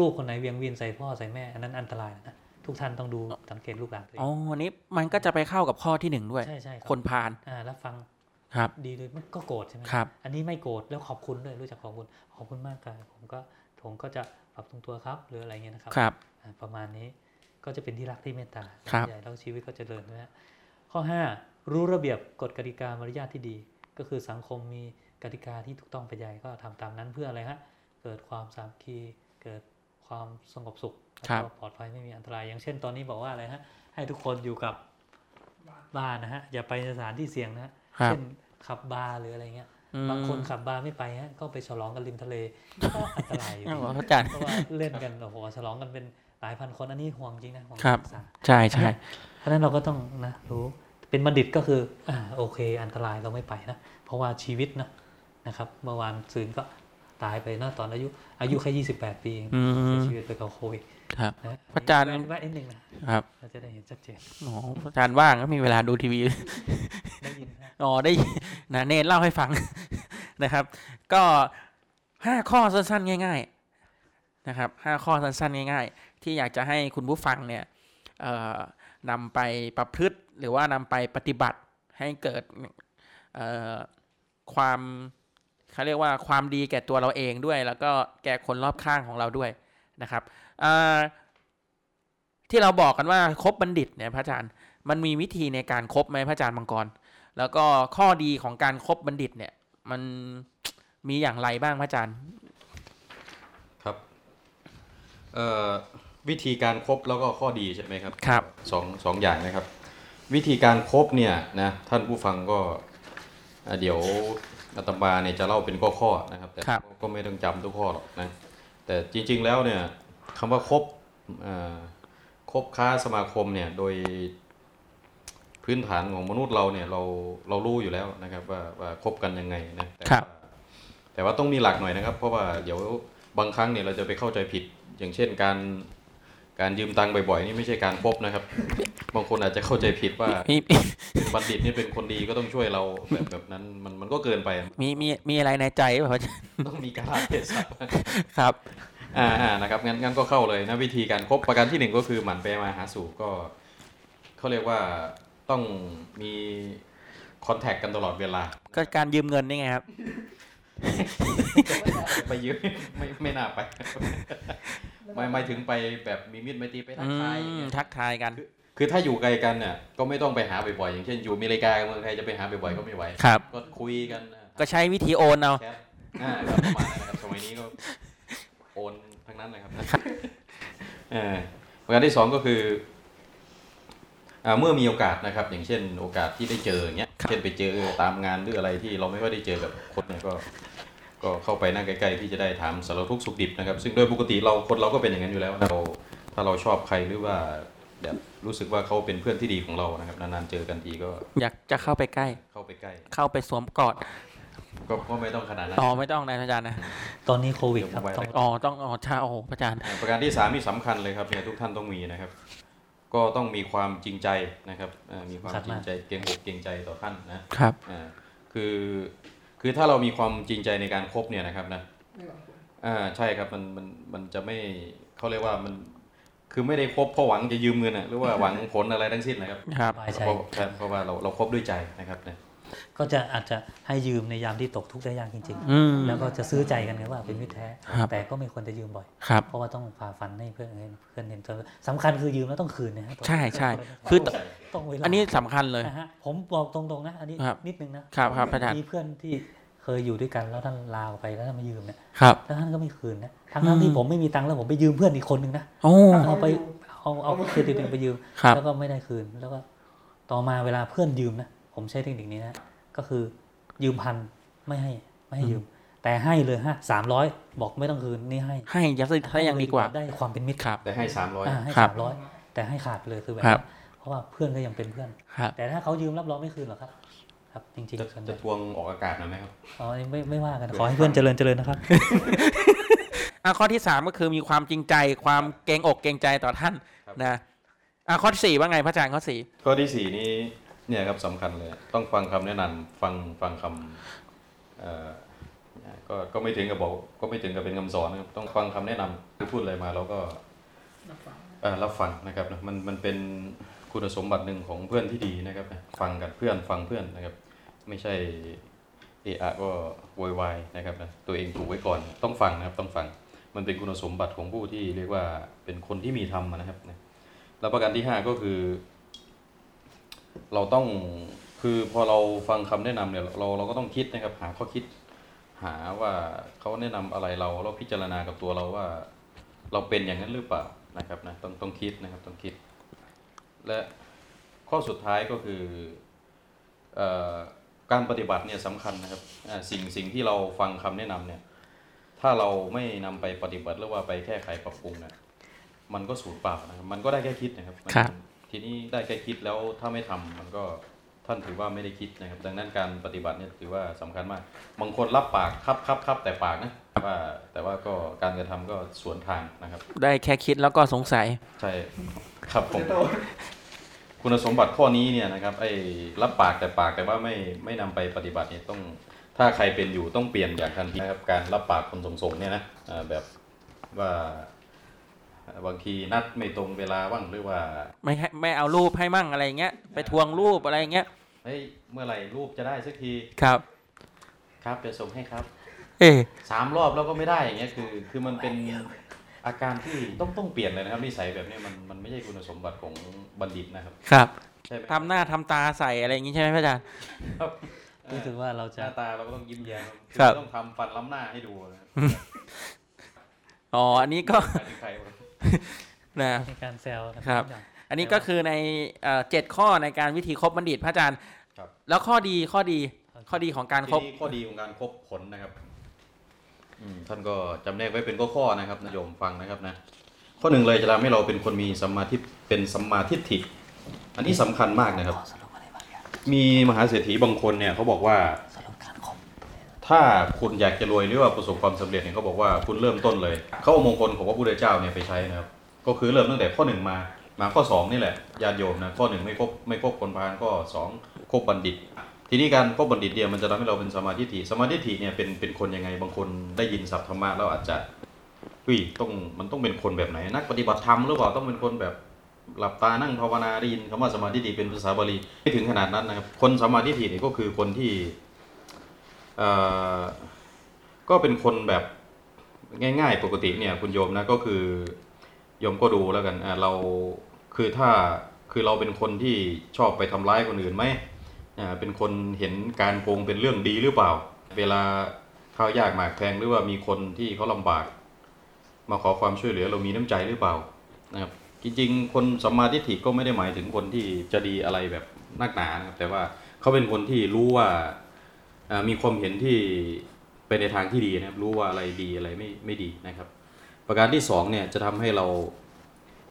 B: ลูกๆคนไหนเวียงวีนใส่พ่อใส่แม่อันนั้นอันตรายนะทุกท่านต้องดูสังเกตลูกหลานตัวเอ
A: อ๋อง อันนี้มันก็จะไปเข้ากับข้อที่หนึ่งด้วย
B: ใช่ใช่รับ
A: คนพาล
B: อ่ารับฟัง
A: ครับ
B: ดีเลยมันก็โกรธใช่ไหม
A: ครับ
B: อันนี้ไม่โกรธแล้วขอบคุณด้วยรู้จักขอบคุณขอบคุณมากครับผมก็ผมก็จะปรับตรงตัวครับหรืออะไรเงี้ยนะครับ
A: ครับ
B: อ่าประมาณนี้ก็จะเป็นที่รักที่เมตตา
A: ครับ
B: ใหญ่แล้วชีวิตก็จเจริญนะฮะข้อ 5 รู้ระเบียบกฎกติกามารยาทที่ดี ก็คือสังคมมีกติกาที่ถูกต้องไปใหญ่ก็ทำตามนั้นเพื่ออะไรฮะเกิดความสามัคคีเกิดความสงบสุขแล้วก็ปลอดภัยไม่มีอันตราย อย่างเช่นตอนนี้บอกว่าอะไรฮะให้ทุกคนอยู่กับบ้านนะฮะอย่าไปสถานที่เสี่ยงนะฮะ
A: ครับ
B: เช่นขับบาร์หรืออะไรเงี้ย
A: อืม
B: บางคนขับบาร์ไม่ไปฮะก็ไปฉลองกันริมทะเลก็อันตรายอยู่
A: อ้าว
B: ดี
A: พระอาจารย์
B: เพราะว่าเล่นกันโอ้โหฉลองกันเป็นหลายพันคนอันนี้ห่วงจริงนะห่วง
A: ครับ
B: ศึกษา
A: ใช่ใช่
B: เพราะฉะนั้นเราก็ต้องนะรู้เป็นบัณฑิตก็คืออ่าโอเค อันตรายเราไม่ไปนะ เพราะว่าชีวิตนะนะครับเมื่อวานซืนก็ตายไปนะตอนอายุอายุแค่28 ปีเอง
A: อื
B: เสี
A: ม
B: ยชีวิตไปกับโควิด
E: ครับ
B: นะ
E: พระอาจารย์
B: แวะนิดนึงนะครับ เราจะได้เห็นชัดเจน
E: อ๋อพระอาจารย์ว่างก็มีเวลาดูทีวี
B: ได้ยินนะ
E: อ๋อได้ [LAUGHS] นะเนนเล่าให้ฟัง [LAUGHS] นะครับ ก็ห้าข้อสั้นๆ ง่าย ๆนะครับห้าข้อสั้นๆ ง่าย ๆ ที่อยากจะให้คุณผู้ฟังเนี่ยเอ่อนำไปประพฤติหรือว่านำไปปฏิบัติให้เกิดเอ่อความเขาเรียกว่าความดีแก่ตัวเราเองด้วย แล้วก็แก่คนรอบข้างของเราด้วยนะครับเอ่อที่เราบอกกันว่าคบบัณฑิตเนี่ยพระอาจารย์มันมีวิธีในการคบไหมพระอาจารย์มังกร แล้วก็ข้อดีของการคบบัณฑิตเนี่ย มัน มีอย่างไรบ้างพระอาจารย์
C: ครับเอ่อวิธีการครบแล้วก็ข้อดีใช่ไหมครับ
E: ครับ
C: สองสองอย่างนะครับ วิธีการครบเนี่ยนะท่านผู้ฟังก็อ่ะเดี๋ยวอาตมาเนี่ยจะเล่าเป็นข้อข้อๆนะครับ แต่
E: ครับ
C: ก็ไม่ต้องจำทุกข้อหรอกนะแต่จริงๆแล้วเนี่ยคำว่าครบเอ่อครบค้าสมาคมเนี่ยโดยพื้นฐานของมนุษย์เราเนี่ยเราเรารู้อยู่แล้วนะครับว่าว่าคบกันยังไงนะแต่ว่า
E: ครับ
C: แต่ว่าต้องมีหลักหน่อยนะครับ เพราะว่าเดี๋ยวบางครั้งเนี่ยเราจะไปเข้าใจผิด อย่างเช่นการการยืมตังค์บ่อยๆนี่ไม่ใช่การพบนะครับ [LAUGHS] บางคนอาจจะเข้าใจผิดว่า [LAUGHS]
E: มีมี
C: บัณฑิตนี่เป็นคนดีก็ต้องช่วยเราแบบแบบนั้นมันมันก็เกินไป
E: มีมีมีอะไรในใจป่ะพระอาจารย์
C: ต้องมีการลเทศะ [LAUGHS]
E: ครับ
C: อ่าอ่านะครับงั้นงั้นก็เข้าเลยนะวิธีการคบประการที่หนึ่งก็คือหมั่นไปมาหาสู่ก็เขาเรียกว่าต้องมีคอนแทคกันตลอดเวลา
E: ก็การยืมเงินนี่ไงครับ
C: ไปยืม [LAUGHS] ไม่ไม่น่าไป [LAUGHS] ไม่ไม่ถึงไปแบบมีมิตรไม่ตรีไปทั
E: อื
C: กทายอย่าง
E: ม
C: เงี้ย
E: ทักทายกัน
C: คือถ้าอยู่ไกลกันเนี่ยก็ไม่ต้องไปหาบ่อยๆอย่างเช่นอยู่อเมริกากับเมืองไทยจะไปหาบ่อยๆก็ไม่ไหว
E: ครับ
C: ก็คุยกันนะ
E: ก็ใช้วิธีโอนเอา
C: แชทอ่าครับประมาณนั้นนะครับสมัยนี้ก็โอนทั้งนั้นนะครับ [LAUGHS] เออประการที่สองก็คืออ่าเมื่อมีโอกาสนะครับ อย่างเช่น โอกาสที่ได้เจออย่างเงี้ย
E: ครับ
C: เช่นไปเจอตามงานหรืออะไรที่เราไม่ค่อยได้เจอกับคนเนี่ยก็ ก็เข้าไปนั่งใกล้ๆที่จะได้ถามสารทุกข์สุขดิบนะครับ ซึ่งโดยปกติเราคนเราก็เป็นอย่างนั้นอยู่แล้วนะเราถ้าเราชอบใครหรือว่าแบบรู้สึกว่าเขาเป็นเพื่อนที่ดีของเรานะครับนานๆเจอกันทีก็
E: อยากจะเข้าไปใกล้
C: เข้าไปใกล้
E: เข้าไปสวมกอด
C: ก็ก็ไม่ต้องขนาดนั้น
E: อ๋อไม่ต้องนะพระอาจารย์นะ
B: ตอนนี้โควิดครับต้อง
E: อ๋อต้องอ๋อชาโอพระอาจารย์
C: อ่าประการที่สามนี่สำคัญเลยครับเนี่ยทุกท่านต้องมีนะครับ ก็ต้องมีความจริงใจนะครับอ่ามีความ
B: สำคัญ
C: จ
B: มาก
C: ริงใจเกรงอกเกรงใจต่อท่านนะครับ อ่าคือคือถ้าเรามีความจริงใจในการคบเนี่ยนะครับนะอ่าใช่ครับมันมันมันจะไม่เขาเรียกว่ามันคือไม่ได้คบเพราะหวังจะยืมเงินน่ะหรือว่าหวังผลอะไรทั้งสิ้นนะครับ
E: ครั
B: ส
E: บ
B: บายใจ
C: เพราะครับเพราะว่าเราเราคบด้วยใจนะครับนะ
B: ก็จะอาจจะให้ยืมในยามที่ตกทุกข์ได้ยากจริง
E: อืม
B: ๆ แล้วก็จะซื้อใจกันไงว่าเป็นมิตรแท้
E: ครับ
B: แต่ก็ไม่ควรจะยืมบ่อย
E: ครับ
B: เพราะว่าต้องฝ่าฟันให้เพื่อนเห็นเพื่อนเห็นจนสำคัญคือยืมแล้วต้องคืนนะครับ
E: ใช่ใช่คือต
B: ต้องเวลา
E: อันนี้สำคัญเลย
B: นะฮะผมบอกตรงๆนะอันนี้
E: ครับ
B: นิดนึงนะครับ
E: ครับอาจารย์
B: มีเพื่อนที่เคยอยู่ด้วยกันแล้วท่านลาออกไปแล้วท่านมายืมเนี่ย
E: ครับ
B: แล้วท่านก็ไม่คืนนะทั้งๆที่
E: อืม
B: ผมไม่มีตังค์แล้วผมไปยืมเพื่อนอีกคนนึงนะ
E: โอ้
B: เอาไปเอาเอาเครดิตตัวเองไปยืม
E: ครับ
B: แล้วก็ไม่ได้คืนแล้วก็ต่อมาเวลาเพื่อนยืมนะผมใช้เทคนิคนี้นะก็คือยืมพันไม่ให้ไม่ให้ยืม แต่ให้เลยฮะสามร้อยบอกไม่ต้องคืนนี่ให้
E: ให้ยัดใส่ยังดีกว่า
B: ได้ความเป็นมิตร
E: ครับ
C: แต่ให้สามร้อย
B: อ่าให้
E: ครับ
B: สามร้อยแต่ให้ขาดไปเลยคือแบบ
E: ครับ
B: เพราะว่าเพื่อนก็ยังเป็นเพื่อน
E: ครับ
B: แต่ถ้าเขายืมรับรองไม่คืนหรอกครับ ครับจริง
C: จะ
B: ๆส่วนให
C: จะ
B: ญ่
C: ทวงออกอากาศหนะไหมครับ
B: อ๋อไม่ไม่ว่ากันขอให้เพื่อนเจริญเจริญนะครับ
E: อ่ะข้อที่สามก็คือมีความจริงใจความเกรงอกเกรงใจต่อท่าน
C: ครับ
E: นะอ่ะข้อที่สี่ว่าไงพระอาจารย์ข้อสี่
C: ข้อที่สี่นี่เนี่ยครับสำคัญเลย ต้องฟังคำแนะนำฟังฟังคำเอ่อก็ก็ไม่ถึงกับบอกก็ไม่ถึงกับเป็นคำสอนนะครับต้องฟังคำแนะนำคือพูดอะไรมาแล้วก็เอ่อรับฟังนะครับนะมันมันเป็นคุณสมบัติหนึ่งของเพื่อนที่ดีนะครับนะฟังกันเพื่อนฟังเพื่อนนะครับ ไม่ใช่เอะอะก็โวยวายนะครับนะตัวเองถูกไว้ก่อนต้องฟังนะครับต้องฟังมันเป็นคุณสมบัติของผู้ที่เรียกว่าเป็นคนที่มีธรรมนะครับนะแล้วประการที่ห้าก็คือ เราต้องคือพอเราฟังคำแนะนำเนี่ยเราเราก็ต้องคิดนะครับ หาข้อคิด หาว่าเขาแนะนำอะไรเราเราพิจารณากับตัวเราว่า เราเป็นอย่างนั้นหรือเปล่านะครับนะต้องต้องคิดนะครับต้องคิด และข้อสุดท้ายก็คือเอ่อการปฏิบัติเนี่ยสำคัญนะครับอ่าสิ่งสิ่งที่เราฟังคำแนะนำเนี่ยถ้าเราไม่นำไปปฏิบัติหรือว่าไปแก้ไขปรับปรุงเนี่ยมันก็สูญเปล่านะครับมันก็ได้แค่คิดนะครับมัน ทีนี้ได้แค่คิดแล้วถ้าไม่ทำมันก็ ท่านถือว่าไม่ได้คิดนะครับ ดังนั้นการปฏิบัติเนี่ยถือว่าสำคัญมาก บางคนรับปากครับครับครับแต่ปากนะว่าแต่ว่าก็การกระทำก็สวนทางนะครับ
E: ได้แค่คิดแล้วก็สงสัย
C: ใช่ครับผม คุณสมบัติข้อนี้เนี่ยนะครับไอ้รับปากแต่ปากแต่ว่าไม่ไม่นำไปปฏิบัติเนี่ยต้องถ้าใครเป็นอยู่ต้องเปลี่ยนอย่างทันทีนะครับการรับปากคนสมสมเนี่ยนะเอ่อแบบว่าเอ่อบางทีนัดไม่ตรงเวลาบ้างหรือว่า
E: ไม่ให้ไม่เอารูปให้มั่งอะไรเงี้ย ไปทวงรูปอะไรเงี้ย
C: เฮ้ยเมื่อไหร่รูปจะได้สักที
E: ครับ
C: ครับจะส่งให้ครับ
E: เอะ
C: สามรอบแล้วก็ไม่ได้อย่างเงี้ยคือ คือมันเป็นอาการที่ต้องต้องเปลี่ยนเลยนะครับนิสัยแบบเนี้ยมันมันไม่ใช่คุณสมบัติของบัณฑิตนะครับ
E: ครับ
C: ใช่ไหม
E: ทำหน้าทำตาใส่อะไรอย่างงี้ใช่ไหมพระอาจารย์
C: ครับ
B: รู้สึกว่าเรา
C: ห
B: จะ
C: น้าตาเราก็ต้องยิ้มแย้ม
E: ครับ
C: อต้องทำฟันล้ำหน้าให้ดูนะครับ
E: อ๋อ อันนี้ก็ [LAUGHS]
C: หมายถึงใครวะ
E: นะ
B: ในการแซวกัน
E: ครับ
B: ทุกอย่าง
E: อันนี้ก็คือในเอ่อเจ็ดข้อในการวิธีคบบัณฑิตพระอาจารย์
C: ครับ
E: แล้วข้อดีข้อดีข้อดีของการค
C: ที
E: บ
C: นี้ข้อดีของการครบผลนะครับอืมท่านก็จำแนกไว้เป็นข้อๆนะครับนายโยมฟังนะครับนะข้อหนึ่งเลยจะทำให้เราเป็นคนมีสัมมาทิฏเป็นสัมมาทิฏฐิอันนี้สำคัญมากนะครับ
B: ขอสรุปอะไรบางอย่าง
C: มีมหาเศรษฐีบางคนเนี่ยเขาบอกว่า
B: สรุปการคบ
C: ถ้าคุณอยากจะรวยหรือว่าประสบความสำเร็จเนี่ยเขาบอกว่าคุณเริ่มต้นเลย เข้าเอามงคลของพระพุทธเจ้าเนี่ยไปใช้นะครับ ก็คือเริ่มตั้งแต่ข้อหนึ่งมา มาข้อสองนี่แหละญาติโยมนะข้อหนึ่งไม่ครบไม่ครบคนพาลข้อสองครบบัณฑิต ทีนี้การครบบัณฑิตเนี่ยมันจะทำให้เราเป็นสมาธิฏฐิสมาธิฏฐิเนี่ยเป็นเป็นคนยังไงบางคนได้ยินศัพท์ธรรมะแล้วอาจจะอุ้ยต้องมันต้องเป็นคนแบบไหนนักปฏิบัติธรรมหรือเปล่าต้องเป็นคนแบบหลับตานั่งภาวนาได้ยินคำว่าสมาธิฏฐิเป็นภาษาบาลีไม่ถึงขนาดนั้นนะครับคนสมาธิฏฐิเนี่ยก็คือคนที่ เอ่อก็เป็นคนแบบง่ายๆปกติเนี่ยคุณโยมนะก็คือโยมก็ดูแล้วกันอ่ะเราคือถ้าคือเราเป็นคนที่ชอบไปทำร้ายคนอื่นไหมอ่าเป็นคนเห็นการโกงเป็นเรื่องดีหรือเปล่า เวลาข้าวยากหมากแพงหรือว่ามีคนที่เขาลำบาก มาขอความช่วยเหลือเรามีน้ำใจหรือเปล่านะครับจริงๆ คนสัมมาทิฏฐิก็ไม่ได้หมายถึงคนที่จะดีอะไรแบบนักหนานะครับแต่ว่าเขาเป็นคนที่รู้ว่า อ่ามีความเห็นที่เป็นในทางที่ดีนะครับ รู้ว่าอะไรดีอะไรไม่ไม่ดีนะครับ ประการที่สองเนี่ยจะทำให้เรา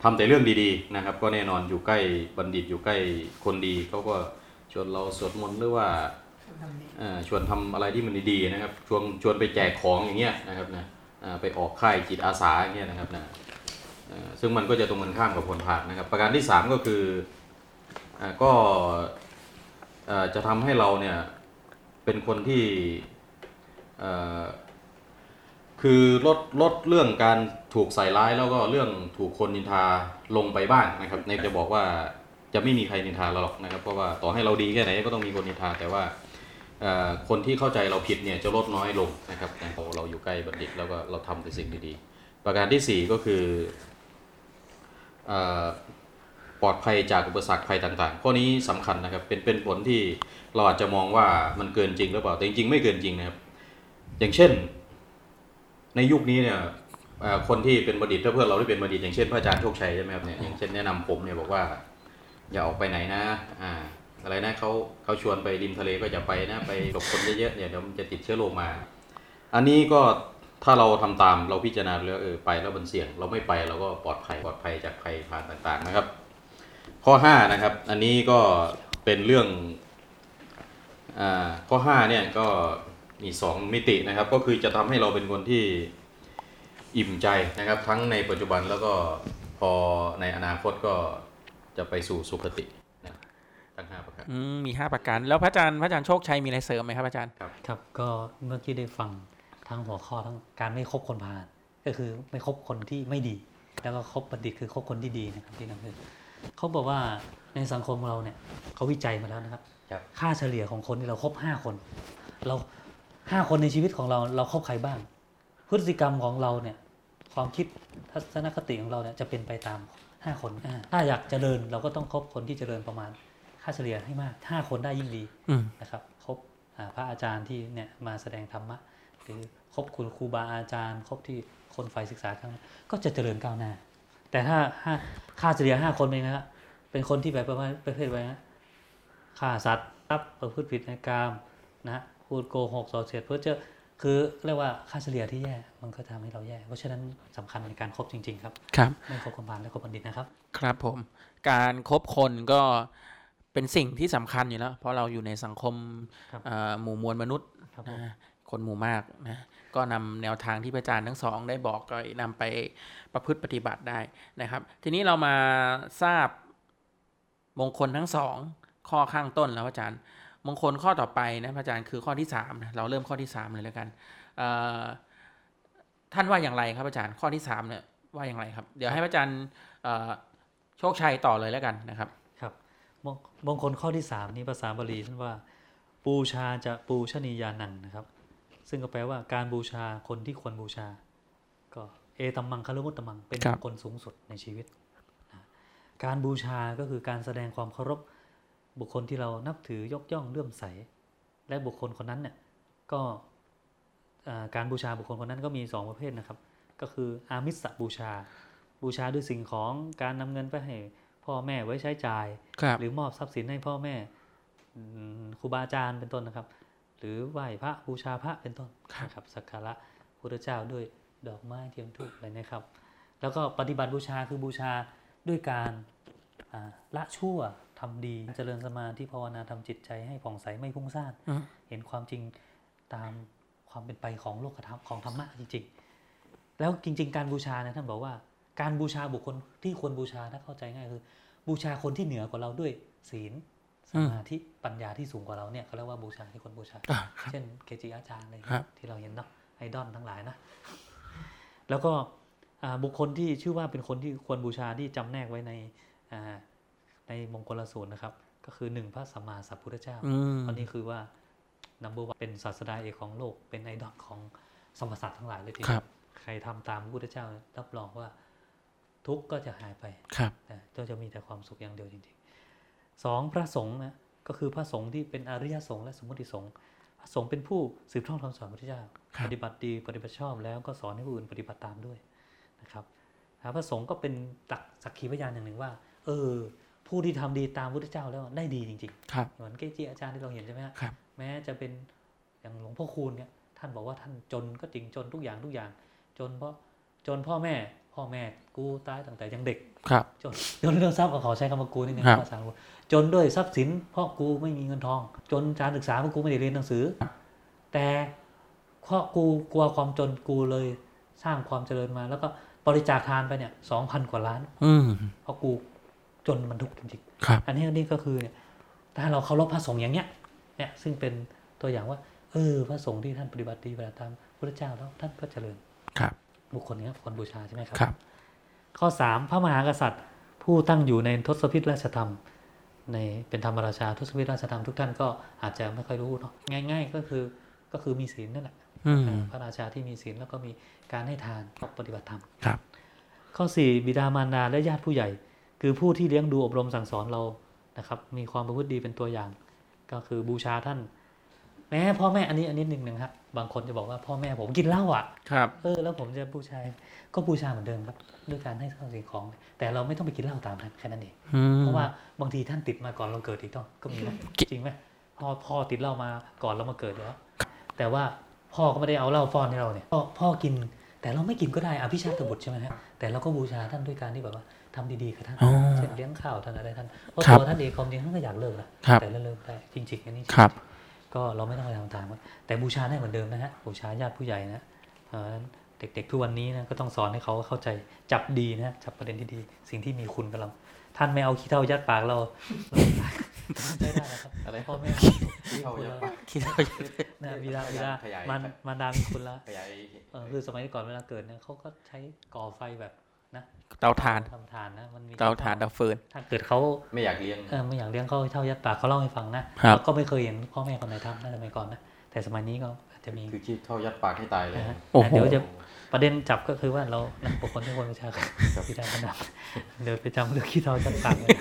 C: ทำแต่เรื่องดีๆนะครับ ก็แน่นอนอยู่ใกล้บัณฑิตอยู่ใกล้คนดีเขาก็ชวนเราสวดมนต์หรือว่าอ่าชวนทำอะไรที่มันดีๆนะครับชวนชวนไปแจกของอย่างเงี้ยนะครับนะอ่าไปออกค่ายจิตอาสาอย่างเงี้ยนะครับนะอ่าซึ่งมันก็จะตรงกันข้ามกับคนผ่านนะครับ ประการที่สามก็คืออ่าก็อ่าจะทำให้เราเนี่ย เป็นคนที่เอ่อคือลดลดเรื่องการถูกใส่ร้ายแล้วก็เรื่องถูกคนนินทาลงไปบ้างนะครับในจะบอกว่าจะไม่มีใครนินทาเราหรอกนะครับเพราะว่าต่อให้เราดีแค่ไหนก็ต้องมีคนนินทา แต่ว่าเอ่อคนที่เข้าใจเราผิดเนี่ยจะลดน้อยลงนะครับเราเราอยู่ใกล้บัณฑิตแล้วก็เราทำแต่สิ่งดีๆประการที่สี่ก็คือเอ่อ ปลอดภัยจากอุปสรรคภัยต่างๆ ข้อนี้สำคัญนะครับ เป็นเป็นผลที่เราอาจจะมองว่ามันเกินจริงหรือเปล่า แต่จริงๆ ไม่เกินจริงนะครับ อย่างเช่น ในยุคนี้เนี่ยเอ่อคนที่เป็นบัณฑิตถ้าเพื่อนเราได้เป็นบัณฑิตอย่างเช่นพระอาจารย์โชคชัยใช่ไหมครับเนี่ย อย่างเช่นแนะนำผมเนี่ยบอกว่า อย่าออกไปไหนนะ อ่า อะไรนะเขาเขาชวนไปริมทะเลก็อย่าไปนะ ไปกับคนเยอะๆเนี่ยเดี๋ยวมันจะติดเชื้อโรคมา อันนี้ก็ถ้าเราทำตามเราพิจารณาแล้วเออไปแล้วมันเสี่ยง เราไม่ไปเราก็ปลอดภัยปลอดภัยจากภัยผ่านต่าง ๆ นะครับ ข้อ5นะครับ อันนี้ก็เป็นเรื่องอาข้อ5เนี่ยก็มีสองมิตินะครับ ก็คือจะทำให้เราเป็นคนที่อิ่มใจนะครับ ทั้งในปัจจุบันแล้วก็พอในอนาคตก็จะไปสู่สุคตินะทั้ง5ประการ
E: อืมมีห้าประการ แล้วพระอาจารย์พระอาจารย์โชคชัยมีอะไรเสริมไหมครับอาจารย์
B: ครับก็เมื่อกี้ได้ฟังทั้งหัวข้อทั้งการไม่คบคนพาลก็คือไม่คบคนที่ไม่ดี แล้วก็คบบัณฑิตคือคบคนที่ดีนะครับที่นั่นคือเขาบอกว่าในสังคมเราเนี่ยเขาวิจัยมาแล้วนะครับ
C: ครับ
B: ค่าเฉลี่ยของคนที่เราคบห้าคน เราห้าคนในชีวิตของเราเราคบใครบ้าง พฤติกรรมของเราเนี่ยความคิดทัศนคติของเราเนี่ยจะเป็นไปตามห้าคนอ่าถ้าอยากเจริญเราก็ต้องคบคนที่เจริญประมาณ ค่าเฉลี่ยให้มากห้าคนได้ยิ่งดี
E: อืม
B: นะครับครบอ่าพระอาจารย์ที่เนี่ยมาแสดงธรรมะหรือครบคุณครูบาอาจารย์ ครบที่คนฝ่ายศึกษาทั้งนั้นก็จะเจริญก้าวหน้า แต่ถ้าห้าค่าเฉลี่ยห้าคนเองนะฮะเป็นคนที่แบบประมาณประเภทไว้นะฆ่าสัตว์รับประพฤติผิดในกามนะฮะพูดโกหกส่อเสียดเพื่อเจอคือเรียกว่าค่าเฉลี่ยที่แย่มันก็ทำให้เราแย่ เพราะฉะนั้นสำคัญในการครบจริง ๆ ครับ
E: ครับ
B: ไม่ครบคนบานและคบบัณฑิตนะครับ
E: ครับผม การครบคนก็
A: เป็นสิ่งที่สำคัญอยู่แล้ว เพราะเราอยู่ในสังคม
B: ครับ
A: เอ่อหมู่มวลมนุษย์
B: ครับผม
A: นะคนหมู่มากนะก็นำแนวทางที่พระอาจารย์ทั้งสองได้บอกก็นำไปประพฤติปฏิบัติได้นะครับ ทีนี้เรามาทราบมงคลทั้งสองข้อข้างต้นแล้วพระอาจารย์ มงคลข้อต่อไปนะพระอาจารย์คือข้อที่สามนะเราเริ่มข้อที่สามเลยแล้วกันเอ่อท่านว่าอย่างไรครับอาจารย์ข้อที่สามเนี่ยว่าอย่างไรครับ เดี๋ยวให้พระอาจารย์เอ่อโชคชัยต่อเลยแล้วกันนะครับ
B: ครับมงมงคลข้อที่สามนี้ภาษาบาลีท่านว่าปูชาจะปูชนียานังนะครับ ซึ่งก็แปลว่าการบูชาคนที่ควรบูชา ก็เอตัมมังคารุมุตตมังเป็น
A: ค
B: ม
A: รับ
B: งคลสูงสุดในชีวิตนะการบูชาก็คือการแสดงความเคารพบุคคลที่เรานับถือยกย่องเลื่อมใส และบุคคลคนนั้นเนี่ยก็เอ่อการบูชาบุคคลคนนั้นก็มีสองประเภทนะครับ ก็คืออามิสบูชา บูชาด้วยสิ่งของการนำเงินไปให้พ่อแม่ไว้ใช้จ่าย
A: ครับ
B: หรือมอบทรัพย์สินให้พ่อแม่อืมครูบาอาจารย์เป็นต้นนะครับ หรือไหว้พระบูชาพระเป็นต้นนะครับสักการะพุทธเจ้าด้วยดอกไม้เทียมธูปอะไรนะครับ แล้วก็ปฏิบัติบูชาคือบูชาด้วยการอ่าละชั่วทำดีเจริญสมาธิภาวนาทำจิตใจให้ผ่องใสไม่พุ่งซ่าน
A: อืม
B: เห็นความจริงตามความเป็นไปของโลกธรรมของธรรมะจริงๆ แล้วจริง ๆ การบูชานะท่านบอกว่า การบูชาบุคคลที่ควรบูชาถ้าเข้าใจง่ายคือ บูชาคนที่เหนือกว่าเราด้วยศีลส
A: อืม
B: มาธิปัญญาที่สูงกว่าเราเนี่ยเขาเรียกว่าบูชาที่คนบูชา
A: อ่ะครับ
B: เช่นเกจิอาจารย์อะไร
A: ครับ
B: ที่เราเห็นเนาะไอดอลทั้งหลายนะ แล้วก็อ่าบุคคลที่ชื่อว่าเป็นคนที่ควรบูชาที่จำแนกไว้ในอ่าในมงคลสูตรนะครับ ก็คือหนึ่งพระสัมมาสัมพุทธเจ้า
A: อืม
B: ตอนนี้คือว่า number one เป็นศาสดาเอกของโลก เป็นไอดอลของสมรสัตว์ทั้งหลายเลยที
A: ค
B: เดี
A: รั
B: ว
A: บ
B: ใครทำตามพระพุทธเจ้าเนี่ยรับรองว่าทุกข์ก็จะหายไป
A: ครับ
B: นะก็จะมีแต่ความสุขอย่างเดียวจริงๆสองพระสงฆ์นะก็คือพระสงฆ์ที่เป็นอริยสงฆ์และสมมติสงฆ์พระสงฆ์เป็นผู้สืบทอดคำสอนพระพุทธเจ้า
A: ครับ
B: ปฏิบัติดีปฏิบัติชอบแล้วก็สอนให้ผู้อื่นปฏิบัติตามด้วยนะครับนะพระสงฆ์ก็เป็นตักสักขีพยานอย่างหนึ่งว่า เออ ผู้ที่ทำดีตามพระพุทธเจ้าแล้วได้ดีจริง ๆ
A: ครับ
B: เหมือนเกจิอาจารย์ที่เราเห็นใช่ไหมฮะ
A: ครับ
B: แม้จะเป็นอย่างหลวงพ่อคูณเนี่ยท่านบอกว่าท่านจนก็จริงจนทุกอย่างทุกอย่าง จนเพราะจนพ่อแม่ พ่อแม่กูตายตั้งแต่ยังเด็ก
A: ครับ
B: จนจนเรื่องทรัพย์ก็ขอใช้คำว่ากูนิดนึง
A: ครับ
B: ภาษากูจนด้วยทรัพย์สินเพราะกูไม่มีเงินทอง จนการศึกษาเพราะกูไม่ได้เรียนหนังสือ แต่เพราะกูกลัวความจนกูเลยสร้างความเจริญมา แล้วก็บริจาคทานไปเนี่ยสองพันกว่าล้าน
A: อืม
B: เพราะกูจนมันทุกข์จริงๆ
A: ครับ
B: อันนี้นี่ก็คือเนี่ยถ้าเราเคารพพระสงฆ์อย่างเนี้ยเนี่ยซึ่งเป็นตัวอย่างว่า เออพระสงฆ์ที่ท่านปฏิบัติดีปฏิบัติตามพระเจ้าแล้วท่านก็เจริญ
A: ครับ
B: บุคคลเนี้ยควรบูชาใช่ไหมครับ
A: ครับ
B: ข้อ 3 พระมหากษัตริย์ ผู้ตั้งอยู่ในทศพิธราชธรรม ในเป็นธรรมราชาทศพิธราชธรรมทุกท่านก็อาจจะไม่ค่อยรู้เนาะง่าย ๆ ก็คือก็คือมีศีลนั่นแหละ
A: อืม
B: พระราชาที่มีศีลแล้วก็มีการให้ทานก็ปฏิบัติธรรม
A: ครับ
B: ข้อ 4 บิดามารดาและญาติผู้ใหญ่ คือผู้ที่เลี้ยงดูอบรมสั่งสอนเรานะครับ มีความประพฤติดีเป็นตัวอย่าง ก็คือบูชาท่าน แม้พ่อแม่อันนี้อันนี้นิดหนึ่งฮะบางคนจะบอกว่าพ่อแม่ผมกินเหล้าอ่ะ
A: ครับ
B: เออแล้วผมจะบูชาก็บูชาเหมือนเดิมครับด้วยการให้ข้าวสิ่งของ แต่เราไม่ต้องไปกินเหล้าตามท่านแค่นั้นเอง
A: อืม
B: เพราะว่าบางทีท่านติดมาก่อนเราเกิดอีกต้องก็มีนะ
A: จริง
B: จริงไหมพ่อพ่อติดเหล้ามาก่อนเรามาเกิดแล้วแต่ว่าพ่อก็ไม่ได้เอาเหล้าป้อนให้เราเนี่ยพ่อพ่อกิน แต่เราไม่กินก็ได้อภิชาติบุตรใช่ไหมฮะแต่เราก็บูชาท่านด้วยการที่แบบว่าทำดีๆกับท่าน
A: อ๋อ
B: เช่นเลี้ยงข้าวท่านอะไรท่านเพราะ
A: ครับ
B: ตัวท่านเองความจริงท่านก็อยากเลิกนะครับ แต่เลิกไม่ได้จริงๆอันนี้จง
A: ครับ
B: ก็เราไม่ต้องไปทำตามมันแต่บูชาได้เหมือนเดิมนะฮะบูชาญาติผู้ใหญ่นะเพราะฉะนั้นเด็กๆทุกวันนี้นะก็ต้องสอนให้เขาเข้าใจจับดีนะจับประเด็นที่ดี สิ่งที่มีคุณกับเรา ท่านไม่เอาขี้เท่ายัดปากเราไม่ได้นะครับ
C: อะไร
B: พ่อแม่
C: ที่เขาจะไป
A: คิดว่า
B: นะวีระวีระ
C: ขยาย
B: มันมันดามีคุณละ
C: ขยาย
B: เออคือสมัยก่อนเวลาเกิดเนี่ยเขาก็ใช้ก่อไฟแบบนะ
A: เตาถ่าน
B: ทำทานนะมันมี
A: เตาถ่านเตาฟืน
B: ถ้าเกิดเขา
C: ไม่อยากเลี้ยง
B: เออไม่อยากเลี้ยงเขาเช่ายัดปากเขาเล่าให้ฟังนะครับ แล้วก็ไม่เคยเห็นพ่อแม่คนไหนทำนะสมัยก่อนนะแต่สมัยนี้ก็อาจจะมี
C: คือคิดเท่ายัดปากให้ตายเลย
B: นะฮะ
A: โอ้โห
B: เดี๋ยวจะประเด็นจับก็คือว่าเรานะบุคคลที่ควรประ
A: [LAUGHS]
B: ชา
C: ครับ
B: พิธาคณะเดี๋ยวไปจำเรื่องขี้เท่ายัดปากเลย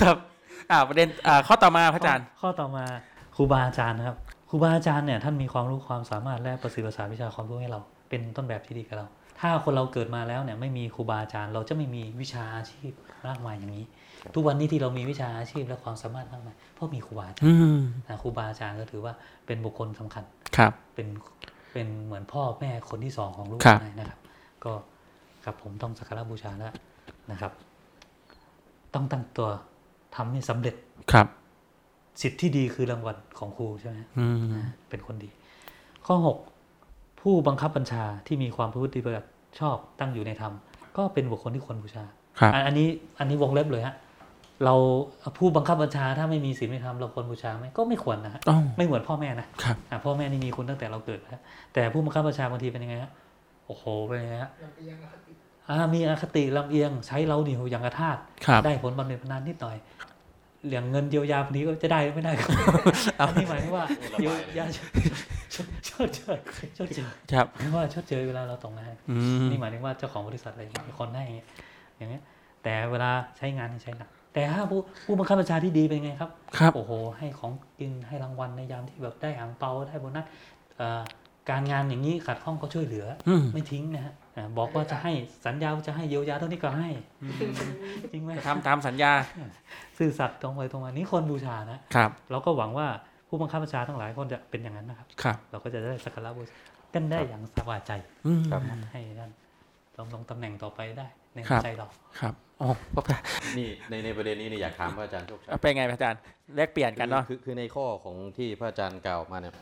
A: ครับอ่าประเด็นอ่าข้อ [LAUGHS] ต่อมาพระอาจารย์
B: ข้อข้อต่อมาครูบาอาจารย์นะครับครูบาอาจารย์เนี่ยท่านมีความรู้ความสามารถและประสิทธิภาษาวิชาความรู้ให้เรา เป็นต้นแบบที่ดีกับเรา ถ้าคนเราเกิดมาแล้วเนี่ยไม่มีครูบาอาจารย์ เราจะไม่มีวิชาอาชีพมากมายอย่างนี้ ทุกวันนี้ที่เรามีวิชาอาชีพและความสามารถมากมายเพราะมีครูบาอาจารย์
A: อืม
B: นะครูบาอาจารย์ก็ถือว่าเป็นบุคคลสำคัญ
A: ครับ
B: เป็นเป็นเหมือนพ่อแม่คนที่สองของลูก
A: ครับ
B: ได้นะครับ ก็ครับผมต้องสักการะบูชาแล้วนะครับ ต้องตั้งตัว ทำให้สำเร็จ
E: ครับ
B: สิทธิ์ที่ดีคือรางวัลของครูใช่ไหม
E: อืม
B: เป็นคนดี ข้อ 6 ผู้บังคับบัญชาที่มีความประพฤติปฏิบัติชอบตั้งอยู่ในธรรม ก็เป็นบุคคลที่ควรบูชา
E: ครับ
B: อันอันนี้อันนี้วงเล็บเลยฮะเราผู้บังคับบัญชาถ้าไม่มีศีลไม่ทำเราควรบูชาไหมก็ไม่ควรนะฮะ
E: ต้อง
B: ไม่เหมือนพ่อแม่นะครับ อ่ะพ่อแม่นี่มีคุณตั้งแต่เราเกิดแล้วแต่ผู้บังคับบัญชาบางทีเป็นยังไงฮะโอ้โหเป็นยังไงฮะอ่ามีอคติลำเอียงใช้เราเหนียวอย่างกระทาต
E: ครับ
B: ได้ผลบำเหน็จบำนาญนิดหน่อยเหลืองเงินเดียวยาพวกนี้ก็จะได้
E: [LAUGHS]
B: ไม่ได้ก็ อันนี้หมายถึงว่า
C: ระ
B: [LAUGHS] เดี๋ยว
C: บายเลย
B: ยาชดชดเชยชดเชย
E: ครับ
B: หมายว่าชดเชยเวลาเราตกงาน
E: อืม
B: นี่หมายถึงว่าเจ้าของบริษัทอะไรมีคนให้อย่างเงี้ยอย่างเงี้ย แต่เวลาใช้งานนี่ใช้หนัก แต่ถ้าผู้ผู้บังคับบัญชาที่ดีเป็นไงครับ
E: ครับ
B: โอ้โห ให้ของกินให้รางวัลในยามที่แบบได้หางเปาได้โบนัสเอ่อการงานอย่างนี้ขัดข้องก็ช่วยเหลือ
E: อืม
B: ไม่ทิ้งนะฮะอ่าบอกว่าจะให้สัญญาว่าจะให้เยียวยาเท่านี้ก็ให้จริงไหม
E: จะทำตามสัญญา
B: ซื่อสัตย์ตรงไปตรงมานี่คนบูชานะ
E: ครับ
B: เราก็หวังว่าผู้บังคับบัญชาทั้งหลายคนจะเป็นอย่างนั้นนะครับ
E: ครับ
B: เราก็จะได้สักการะบูชากันได้อย่างสบายใจ
E: อืม
C: ครับ
B: ให้ท่านดำรงตำแหน่งต่อไปได้ใน
E: ค
B: หั
E: รั
B: ว
E: บ
B: ใจเรา
E: ครับอ๋อก็แปล
C: นี่ในในประเด็นนี้เนี่ยอยากถามพระอาจารย์โชคชัย
E: เป็นไงพระอาจารย์แลกเปลี่ยนกันเนาะ
C: คือคือในข้อของที่พระอาจารย์กล่าวมาเนี่ย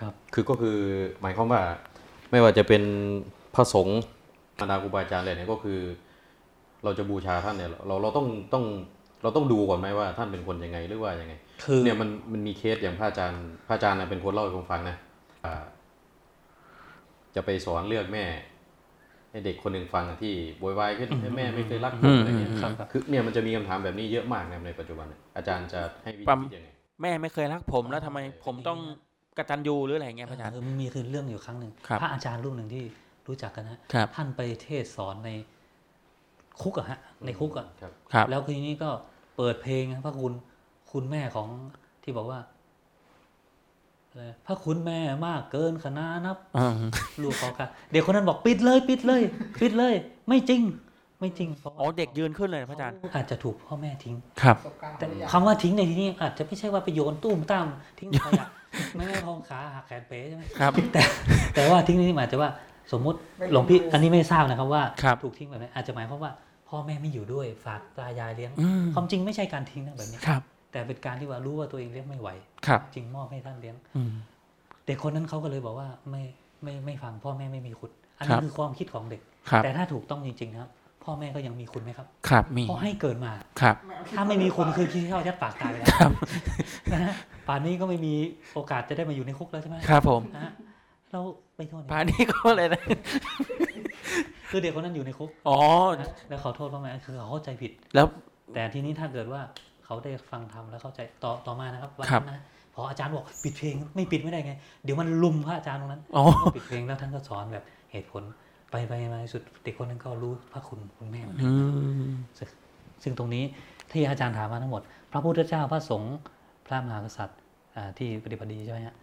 B: ครับ
C: คือก็คือหมายความว่าไม่ว่าจะเป็นพระสงฆ์บรรดาครูบาอาจารย์เลยเนี่ยก็คือ เราจะบูชาท่านเนี่ยเราเราต้องต้องเราต้องดูก่อนไหมว่าท่านเป็นคนยังไงหรือว่ายังไง
B: คือ
C: เนี่ยมันมันมีเคสอย่างพระอาจารย์พระอาจารย์น่ะเป็นคนเล่าให้ผมฟังนะอ่าจะไปสอนเลือกแม่ให้เด็กคนหนึ่งฟังอะที่โวยวายขึ้นแม่ไม่เคยรักผมอะไรเงี้ย
E: อืม
B: ครับครับ
C: คือเนี่ยมันจะมีคำถามแบบนี้เยอะมากนะครับในปัจจุบันเนี่ยอาจารย์จะให้วิธีคิดยังไง
E: แม่ไม่เคยรักผมแล้วทำไมผมต้องกตัญญูหรืออะไรอย่างเงี้ยพระอาจารย์
B: คือมันมีคือเรื่องอยู่ครั้งหนึ่ง
E: ครับ
B: พระอาจารย์รูปหนึ่งที่รู้จักกันนะฮะ
E: ครับ
B: ท่านไปเทศน์สอนในคุกอะฮะในคุกอะ
C: ครับ
E: ครับ
B: แล้วทีนี้ก็เปิดเพลงนะพระคุณคุณแม่ของที่บอกว่าอะไรพระคุณแม่มากเกินขนานับ
E: อืม
B: ลูกเขาค่ะเด็กคนนั้นบอกปิดเลยปิดเลย ปิดเลย ไม่จริง ไม่จริงพราะว่า
E: อ๋อ เด็กยืนขึ้นเลยพระอาจารย์
B: อาจจะถูกพ่อแม่ทิ้ง
E: ครับ
B: แต่คำว่าทิ้งในที่นี้อาจจะไม่ใช่ว่าไปโยนตุ้มตามทิ้งข [LAUGHS] ยะไม่ไม่พองขาหักแขนเป๋ใช่ไหม
E: ครับ
B: แต่ [LAUGHS] แต่ว่าทิ้งในที่หมายจะว่าสมมติหลวงพี่อันนี้ไม่ทราบนะครับว่า
E: ครับ
B: ถูกทิ้งแบบนี้อาจจะหมายความว่า พ่อแม่ไม่อยู่ด้วยฝากตายายเลี้ยง
E: อืม
B: ความจริงไม่ใช่การทิ้งนะแบบนี้
E: ครับ
B: แต่เป็นการที่ว่ารู้ว่าตัวเองเลี้ยงไม่ไหว
E: ครับ
B: จริงมอบให้ท่านเลี้ยง
E: อืม
B: เด็กคนนั้นเขาก็เลยบอกว่าไม่ไม่ไม่ฟังพ่อแม่ไม่มีคุณอัน
E: ครั
B: นี้
E: บ
B: คือความคิดของเด็ก
E: ครับ
B: แต่ถ้าถูกต้องจริงๆนะครับพ่อแม่ก็ยังมีคุณไหมครับ
E: ครับ มี
B: เพราะให้เกิดมา
E: ครับ
B: ถ้าไม่มีคุณคือคิดเข้ายัดปากตายไปแล้ว
E: ครับ
B: นะฮะป่านนี้ก็ไม่มีโอกาสจะได้มาอยู่ในคุกแล้วใช่ไหม
E: ครับผม
B: นะฮะเราไปโทษ
E: พานี่ก็เลยนะ
B: คือเด็กคนนั้นอยู่ในคุก
E: อ๋อ
B: นะแล้วขอโทษพ่อแม่คือเขาเข้าใจผิด
E: แล้ว
B: แต่ทีนี้ถ้าเกิดว่าเขาได้ฟังธรรมแล้วเข้าใจต่อต่อมานะครับวัน
E: ครั
B: นั้
E: บ
B: นนะพออาจารย์บอกปิดเพลงไม่ปิดไม่ได้ไง เดี๋ยวมันลุมพระอาจารย์ตรงนั้น
E: อ๋อ
B: ก็ปิดเพลงแล้วท่านก็สอนแบบเหตุผลไปไปมาในสุดเด็กคนนั้นก็รู้พระคุณคุณแม่มัน
E: อืม
B: ซึ่งตรงนี้ที่อาจารย์ถามมาทั้งหมด พระพุทธเจ้าพระสงฆ์พระมหากษัตริย์อ่าที่ปฏิบัติดีใช่ไหมฮะ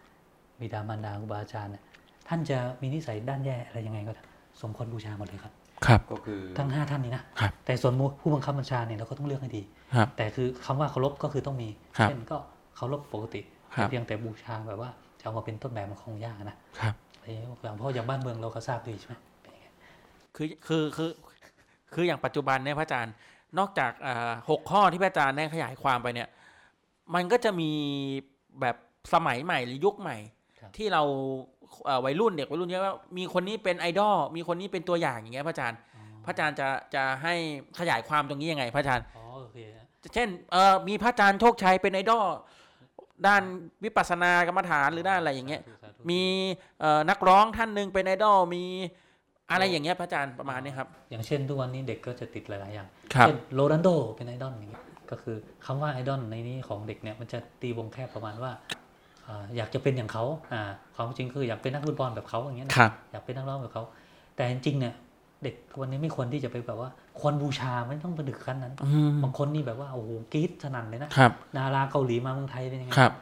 B: บิดามารดาครูบาอาจารย์เนี่ยท่านจะมีนิสัยด้านแย่อะไรยังไงก็ตามสมควรบูชาหมดเลยครับ
E: ครับ
C: ก็คือ
B: ทั้ง 5 ท่านนี้นะครับ แต่ส่วนหมู่ผู้บังคับบัญชาเนี่ยเราก็ต้องเลือกให้ดี
E: ครับ
B: แต่คือคำว่าเคารพก็คือต้องมี
E: ครับ
B: เช่นก็เคารพปกติ
E: ครับ
B: เพียงแต่บูชาแบบว่าจะเอามาเป็นต้นแบบมันคงยากนะ
E: ครับ
B: ไอ้พวกเราเพราะอย่างบ้านเมืองเราก็ทราบดีใช่ไหมเป็นยังไง
E: คือ คือ คือ คือ อย่างปัจจุบันเนี่ยพระอาจารย์ นอกจากอ่าหกข้อที่พระอาจารย์ได้ขยายความไปเนี่ย มันก็จะมีแบบสมัยใหม่หรือยุคใหม่ ที่เราเอ่อวัยรุ่นเด็กวัยรุ่นเยอะว่ามีคนนี้เป็นไอดอล มีคนนี้เป็นตัวอย่างอย่างเงี้ยพระอาจารย์ พระอาจารย์จะ จะให้ขยายความตรงนี้ยังไงพระอาจารย์
B: อ๋อโอเคฮะ
E: เช่นเอ่อมีพระอาจารย์โชคชัยเป็นไอดอลด้านวิปัสสนากรรมฐานหรือด้านอะไรอย่างเงี้ย
B: สธุสธุ
E: มีเอ่อนักร้องท่านหนึ่งเป็นไอดอลมีอะไรอย่างเงี้ยพระอาจารย์ประมาณเนี้ยครับ
B: อย่างเช่นทุกวันนี้เด็กก็จะติดหลาย ๆ อย่าง
E: ครับ
B: เช่นโรนัลโดเป็นไอดอลอย่างเงี้ยก็คือคำว่าไอดอลในนี้ของเด็กเนี่ยมันจะตีวงแคบประมาณว่าอ่าอยากจะเป็นอย่างเขาอ่าความจริงคืออยากเป็นนักฟุตบอลแบบเขาอย่างเงี้ยนะครับ อยากเป็นนักร้องแบบเขา แต่จริง ๆ เนี่ยเด็กวันนี้ไม่ควรที่จะไปแบบว่าควรบูชาไม่ต้องไปถึงขั้นนั้น บางคนนี่แบบว่าโอ้โหกรี๊ดสนั่นเลยนะ
E: ครับ
B: ดาราเกาหลีมาเมืองไทยเป็นยังไง
E: ครับ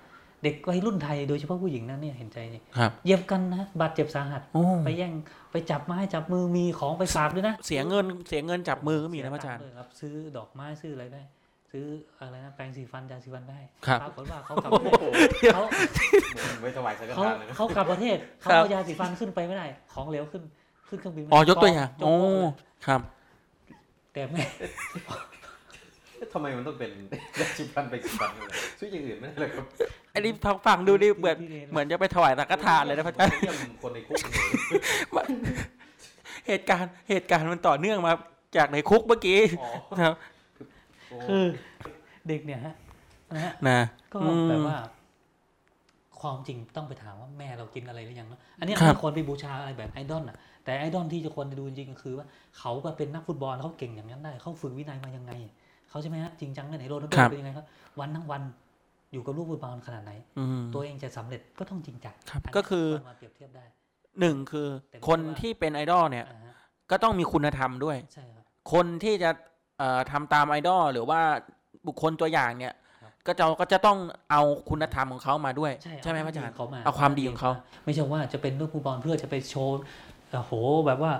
B: เด็กวัยรุ่นไทยโดยเฉพาะผู้หญิงนะเนี่ยเห็นใจนี่
E: ครับ
B: เหยียบกันนะบาดเจ็บสาหัส
E: โอ้
B: ไปแย่งไปจับไม้จับมือมีของไปฝากด้วยนะ
E: เสียเงินเสียเงินจับมือก็มีนะพระอาจารย์
B: เสีตังค์ด้วยครับซื้อดอกไม้ซื้ออะไรได้ ซื้ออะไรนะแปรงสีฟันยาสีฟันได้
E: ครับ
B: ปรากฏว่าเขากลับ
C: โอ้โห
B: เขา
C: ไม่ถวายสังฆ
B: เขา
C: ทานเลยนะ
B: เขากลับประเทศเขาเอายาสีฟันขึ้นไปไม่ได้ ของเหลวขึ้นขึ้นเครื่องบินไม่ได้
E: อ๋อยกตัวอย่าง
B: จบ
E: โอ้
B: จบเลย
E: ครับ
B: แต่แม่
C: ทำไมมันต้องเป็น [LAUGHS] ยาชิพันไปสิพันเลยซื้ออย่างอื่นไม่ได้เลยครับ
E: ไอ้นี่ทางฝั่งดูนี่เหมือนเหมือนจะไปถวายสังฆทานเลยนะพระอาจารย์ [LAUGHS]
C: เยี่ยมคนในคุกเลย
E: มันเหตุการณ์เหตุการณ์มันต่อเนื่องมาจากในคุกเมื่อกี้
C: อ๋อ
E: นะครับ
C: โอ้
B: คือเด็กเนี่ยฮะนะฮะ
E: นะ
B: ก็
E: อืม
B: แบบว่า ความจริงต้องไปถามว่าแม่เรากินอะไรหรือยังเนอะอันเนี้ย
E: ครับ
B: มีคนไปบูชาอะไรแบบไอดอลน่ะแต่ไอดอลที่จะควรจะดูจริงๆก็คือว่าเขาแบบเป็นนักฟุตบอลเขาเก่งอย่างนั้นได้เขาฝึกวินัยมายังไง เขาใช่ไหมฮะจริงจังขนาดไหนโรนัลโดเป็นยังไงครับวันทั้งวันอยู่กับลูกฟุตบอลขนาดไหน
E: อืม
B: ตัวเองจะสำเร็จก็ต้องจริงจัง
E: ครับ
B: นนี้
E: ก็คือ
B: มาเปรียบเทียบได้
E: หนึ่งคือ
B: แต่ไม่
E: คน
B: ว่า
E: ที่เป็นไอดอลเนี่ย
B: อ่าฮะ
E: ก็ต้องมีคุณธรรมด้วย
B: ใช่ครับ
E: คนที่จะเอ่อทำตามไอดอลหรือว่าบุคคลตัวอย่างเนี่ย
B: ครับ
E: ก็จะก็จะต้องเอาคุณธรรมของเขามาด้วย
B: ใช่
E: ใช่ไหม
B: เคว
E: พระอาจารย์
B: ดีเขามา
E: เอาความดีของเขา
B: ไม่ใช่ว่าจะเป็นลูกฟุตบอลเพื่อจะไปโชว์โอ้โหแบบว่า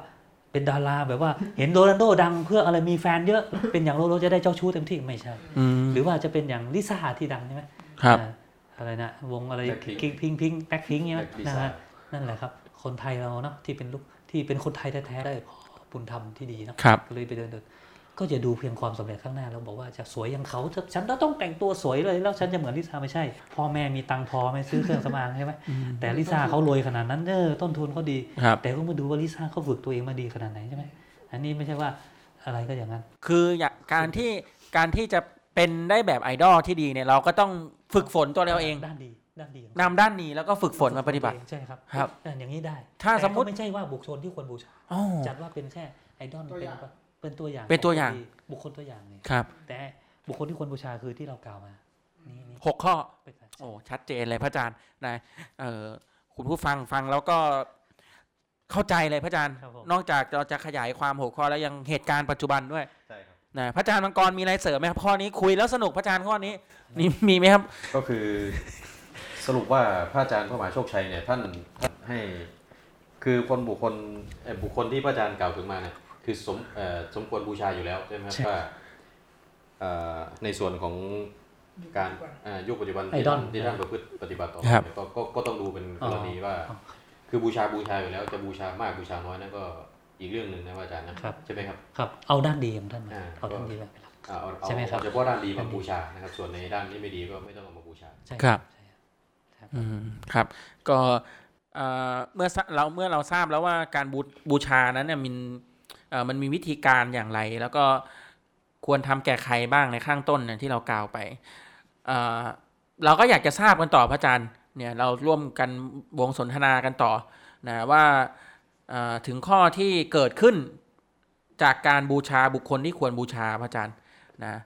B: เป็นดาราแบบว่า เห็นโรนัลโดดังเพื่ออะไรมีแฟนเยอะ เป็นอย่างโรนัลโดจะได้เจ้าชู้เต็มที่ไม่ใช่
E: อืม
B: หรือว่าจะเป็นอย่างลิซ่าที่ดังใช่ไหม
E: ครับ
B: อ่าอะไรนะวงอะไร
C: Blackpink
B: กิงพิงพิงแบ็คพิงใช่ไหม
C: Black Lisa
B: นะฮะนั่นแหละครับ คนไทยเราเนาะที่เป็นลูกที่เป็นคนไทยแท้ๆได้พ่อบุญธรรมที่ดีเนาะ
E: ครับ
B: ก็เลยไปเดินเดินก็จะดูเพียงความสำเร็จข้างหน้าแล้วบอกว่าจะสวยอย่างเขาเถอะฉันต้องแต่งตัวสวยเลยแล้วฉันจะเหมือนลิซ่าไม่ใช่ พ่อแม่มีตังค์พอไหมซื้อเครื่องสำอางใช่ไหมแต่ลิซ่าเขารวยขนาดนั้นเออต้นทุนเขาดี
E: ครับ
B: แต่ก็มาดูว่าลิซ่าเขาฝึกตัวเองมาดีขนาดไหนใช่ไหมอันนี้ไม่ใช่ว่าอะไรก็อย่างนั้น
E: คืออย่างการที่การที่จะเป็นได้แบบไอดอลที่ดีเนี่ย เราก็ต้องฝึกฝนตัวเราเอง
B: ด้านดีด้านดีของ
E: นำด้านนี้แล้วก็ฝึกฝนมาปฏิบัติ
B: ใช่ครับ
E: ครับ
B: เอออย่างนี้ได้
E: ถ้าสมมุติ
B: แต่ก็ไม่ใช่ว่าบุคคลที่ควรบูชา
E: อ้อ
B: จัดว่าเป็นแค่ไอดอล
D: ตัว
B: เป็เป็
D: อน ย่าง
B: นตัวอย่าง
E: เป็นตัวอย่าง
B: ขคดีบุคคลตัวอย่างเนี่ย
E: ครับ
B: แต่บุคคลที่ควรบูชาคือที่เรากล่าวมานี่นี่
E: หกข้อ
B: เป็นการ
E: โอ้ชัดเจนเลยพระอาจารย์นะเออคุณผู้ฟังฟังแล้วก็เข้าใจเลยพระอาจารย์
B: ครับผม
E: นอกจากเราจะขยายความหัวข้อแล้วยังเหตุการณ์ปัจจุบันด้วย
C: ใช่ครับ
E: นะพระอาจารย์มังกรมีอะไรเสริมไหมครับข้อนี้คุยแล้วสนุกพระอาจารย์ข้อนี้นี่มีไหมครับ
C: ก็คือสรุปว่าพระอาจารย์พระมหาโชคชัยเนี่ยท่านท่านให้ คือคนบุคคลเอ่อบุคคลที่พระอาจารย์กล่าวถึงมาเนี่ยคือสมเอ่อสมควรบูชาอยู่แล้วใช่ไหมครับ
B: ใช่
C: ว่าเอ่อในส่วนของการเอ่อยุคปัจจุบันที่
B: ไอดอล
C: ท่านที่ท่านประพฤติปฏิบัติต่อ
E: ครับ
C: เนี่ยก็ก็ก็ต้องดูเป็นกรณีว่า
B: อ๋อ
C: คือบูชาบูชาอยู่แล้วจะบูชามากบูชาน้อยนั่นก็อีกเรื่องหนึ่งนะพระอาจารย์นะครับ ใช่ไหมครับ
B: ครับเอาด้านดีของท่านมา
C: อ่า
B: เอาด้านดีมาเป็นหลัก
C: เอ่อเอาเอา
B: ใช่ไหมครับ
C: เอาเฉพาะด้าน
B: ด้าม
C: ดีาน
B: ดี
C: บูชานะครับส่วนในด้านที่ไม่ดีก็ไม่ต้องเอามาบูชา
B: ใช่
E: ครับ
B: ใช่
E: อืมครับ ก็เอ่อเมื่อสะเราเมื่อเราทราบแล้วว่าการบูบูชานั้นเนี่ยมันเอ่อมันมีวิธีการอย่างไร แล้วก็ควรทำแก่ใครบ้างในข้างต้นเนี่ยที่เรากล่าวไปเอ่อเราก็อยากจะทราบกันต่อพระอาจารย์เนี่ยเราร่วมกันวงสนทนากันต่อนะว่าเอ่อถึงข้อที่เกิดขึ้นจากการบูชาบุคคลที่ควรบูชาพระอาจารย์นะ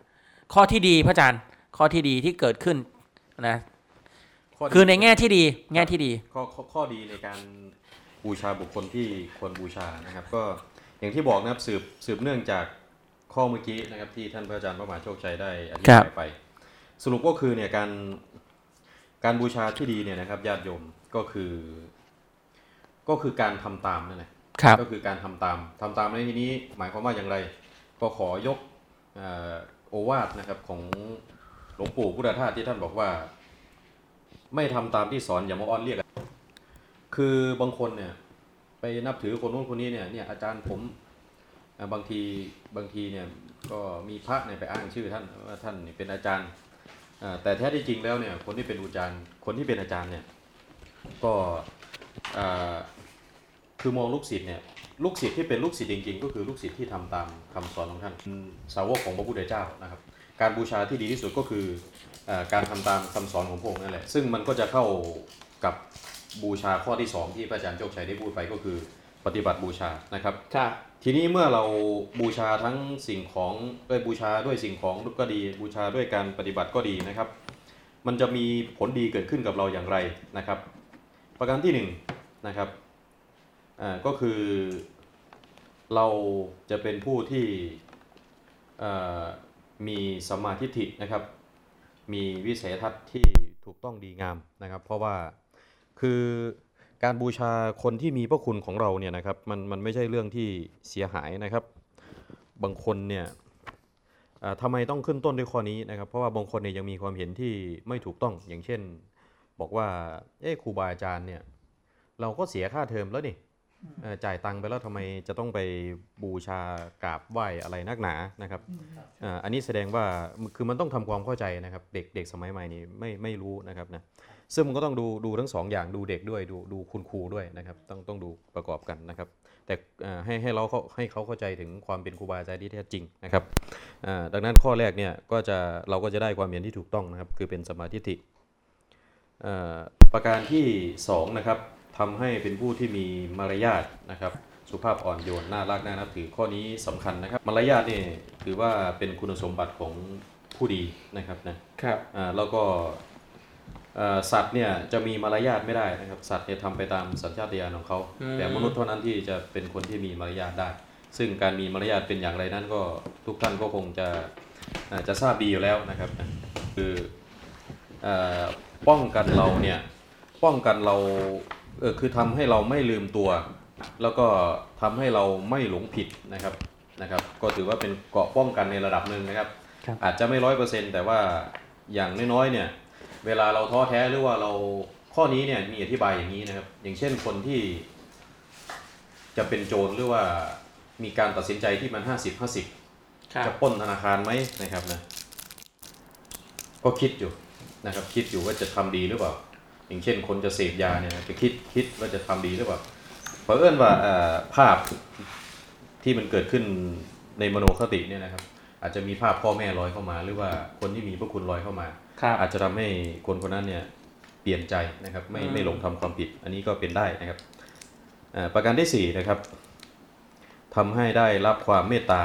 E: ข้อที่ดีพระอาจารย์ ข้อที่ดีที่เกิดขึ้นนะ คือในแง่ที่ดีแง่ที่ดี
C: ข้อข้อข้อดีในการบูชาบุคคลที่ควรบูชานะครับ ก็อย่างที่บอกนะครับสืบสืบเนื่องจากข้อเมื่อกี้นะครับที่ท่านพระอาจารย์พระมหาโชคชัยได้อธิ
E: ครับ
C: า
E: บ
C: ยไป สรุปก็คือเนี่ยการการบูชาที่ดีเนี่ยนะครับญาติโยมก็คือ ก็คือการทำตามนั่นแหละ
E: ครับ
C: ก็คือการทำตามทำตามในที่นี้หมายความว่าอย่างไร ก็ขอยกเอ่อโอวาทนะครับของหลวงปู่พุทธทาสที่ท่านบอกว่า ไม่ทำตามที่สอนอย่ามาอ้อนเรียก คือบางคนเนี่ยไปนับถือคนนู้นคนนี้เนี่ยเนี่ยอาจารย์ผมเอ่อบางทีบางทีเนี่ยก็มีพระเนี่ยไปอ้างชื่อท่านว่าท่านเนี่ยเป็นอาจารย์เอ่อแต่แท้ที่จริงแล้วเนี่ยคนที่เป็นอาจารย์คนที่เป็นอาจารย์เนี่ยก็เอ่อ คือมองลูกศิษย์เนี่ยลูกศิษย์ที่เป็นลูกศิษย์จริงๆ ก็คือลูกศิษย์ที่ทำตามคำสอนของท่านเป็นสาวกของพระพุทธเจ้านะครับ การบูชาที่ดีที่สุดก็คือเออการทำตามคำสอนของพระองค์นั่นแหละซึ่งมันก็จะเข้ากับบูชาข้อที่สองที่พระอาจารย์โชคชัยได้พูดไปก็คือปฏิบัติบูชานะครับ ทีนี้เมื่อเราบูชาทั้งสิ่งของด้วยบูชาด้วยสิ่งของก็ดี บูชาด้วยการปฏิบัติก็ดีนะครับ มันจะมีผลดีเกิดขึ้นกับเราอย่างไรนะครับ ประการที่หนึ่งนะครับ อ่าก็คือเราจะเป็นผู้ที่เอ่อมีสัมมาทิฏฐินะครับ มีวิสัยทัศน์ที่ถูกต้องดีงามนะครับ เพราะว่าคือการบูชาคนที่มีพระคุณของเราเนี่ยนะครับมันมันไม่ใช่เรื่องที่เสียหายนะครับ บางคนเนี่ยอ่าทำไมต้องขึ้นต้นด้วยข้อนี้นะครับ เพราะว่าบางคนเนี่ยยังมีความเห็นที่ไม่ถูกต้องอย่างเช่น บอกว่าเอ๊ะครูบาอาจารย์เนี่ยเราก็เสียค่าเทอมแล้วนี่ เอ่อจ่ายตังค์ไปแล้วทำไมจะต้องไปบูชากราบไหว้อะไรนักหนานะครับเอ่ออันนี้แสดงว่าคือมันต้องทำความเข้าใจนะครับ เด็กเด็กสมัยใหม่นี้ไม่ไม่รู้นะครับนะซึ่งมันก็ต้องดูดูทั้งสองอย่างดูเด็กด้วยดูดูคุณครูด้วยนะครับต้องต้องดูประกอบกันนะครับ แต่เอ่อให้ให้เราเขาให้เขาเข้าใจถึงความเป็นครูบาอาจารย์ที่แท้จริงนะครับเอ่อดังนั้นข้อแรกเนี่ยก็จะเราก็จะได้ความเห็นที่ถูกต้องนะครับ คือเป็นสมมาธิฏฐิ เอ่อประการที่2นะครับทำให้เป็นผู้ที่มีมารยาทนะครับสุภาพอ่อนโยนน่ารักน่านับถือข้อนี้สำคัญนะครับมารยาทนี่ถือว่าเป็นคุณสมบัติของผู้ดีนะครับนะครับ อ่าแล้วก็เอ่อสัตว์เนี่ยจะมีมารยาทไม่ได้นะครับสัตว์เนี่ยทำไปตามสัญชาตญาณของเขา
A: อืม
C: แต่มนุษย์เท่านั้นที่จะเป็นคนที่มีมารยาทได้ ซึ่งการมีมารยาทเป็นอย่างไรนั้นก็ทุกท่านก็คงจะอ่าจะทราบดีอยู่แล้วนะครับนะคือ เอ่อป้องกันเราเนี่ยป้องกันเราเออคือทำให้เราไม่ลืมตัว แล้วก็ทำให้เราไม่หลงผิดนะครับนะครับก็ถือว่าเป็นเกราะป้องกันในระดับหนึ่งนะครับ
B: ครับ
C: อาจจะไม่ร้อยเปอร์เซ็นต์แต่ว่าอย่างน้อยๆเนี่ยเวลาเราท้อแท้หรือว่าเราข้อนี้เนี่ยมีอธิบายอย่างนี้นะครับ อย่างเช่นคนที่จะเป็นโจรหรือว่ามีการตัดสินใจที่มัน 50
A: ครับ
C: 50 จะปล้นธนาคารไหมนะครับนะก็คิดอยู่ นะครับคิดอยู่ว่าจะทำดีหรือเปล่า อย่างเช่นคนจะเสพยาเนี่ยนะจะคิดคิดว่าจะทำดีหรือเปล่าเพราะเอื้นว่าเอ่อภาพที่มันเกิดขึ้นในมโนคติเนี่ยนะครับ อาจจะมีภาพพ่อแม่ลอยเข้ามา หรือว่าคนที่มีพระคุณลอยเข้ามา
A: ครับ
C: อาจจะทำให้คนคนนั้นเนี่ยเปลี่ยนใจนะครับไม่
A: อืม
C: ไม่หลงทำความผิด อันนี้ก็เป็นได้นะครับอ่าประการที่สี่นะครับทำให้ได้รับความเมตตา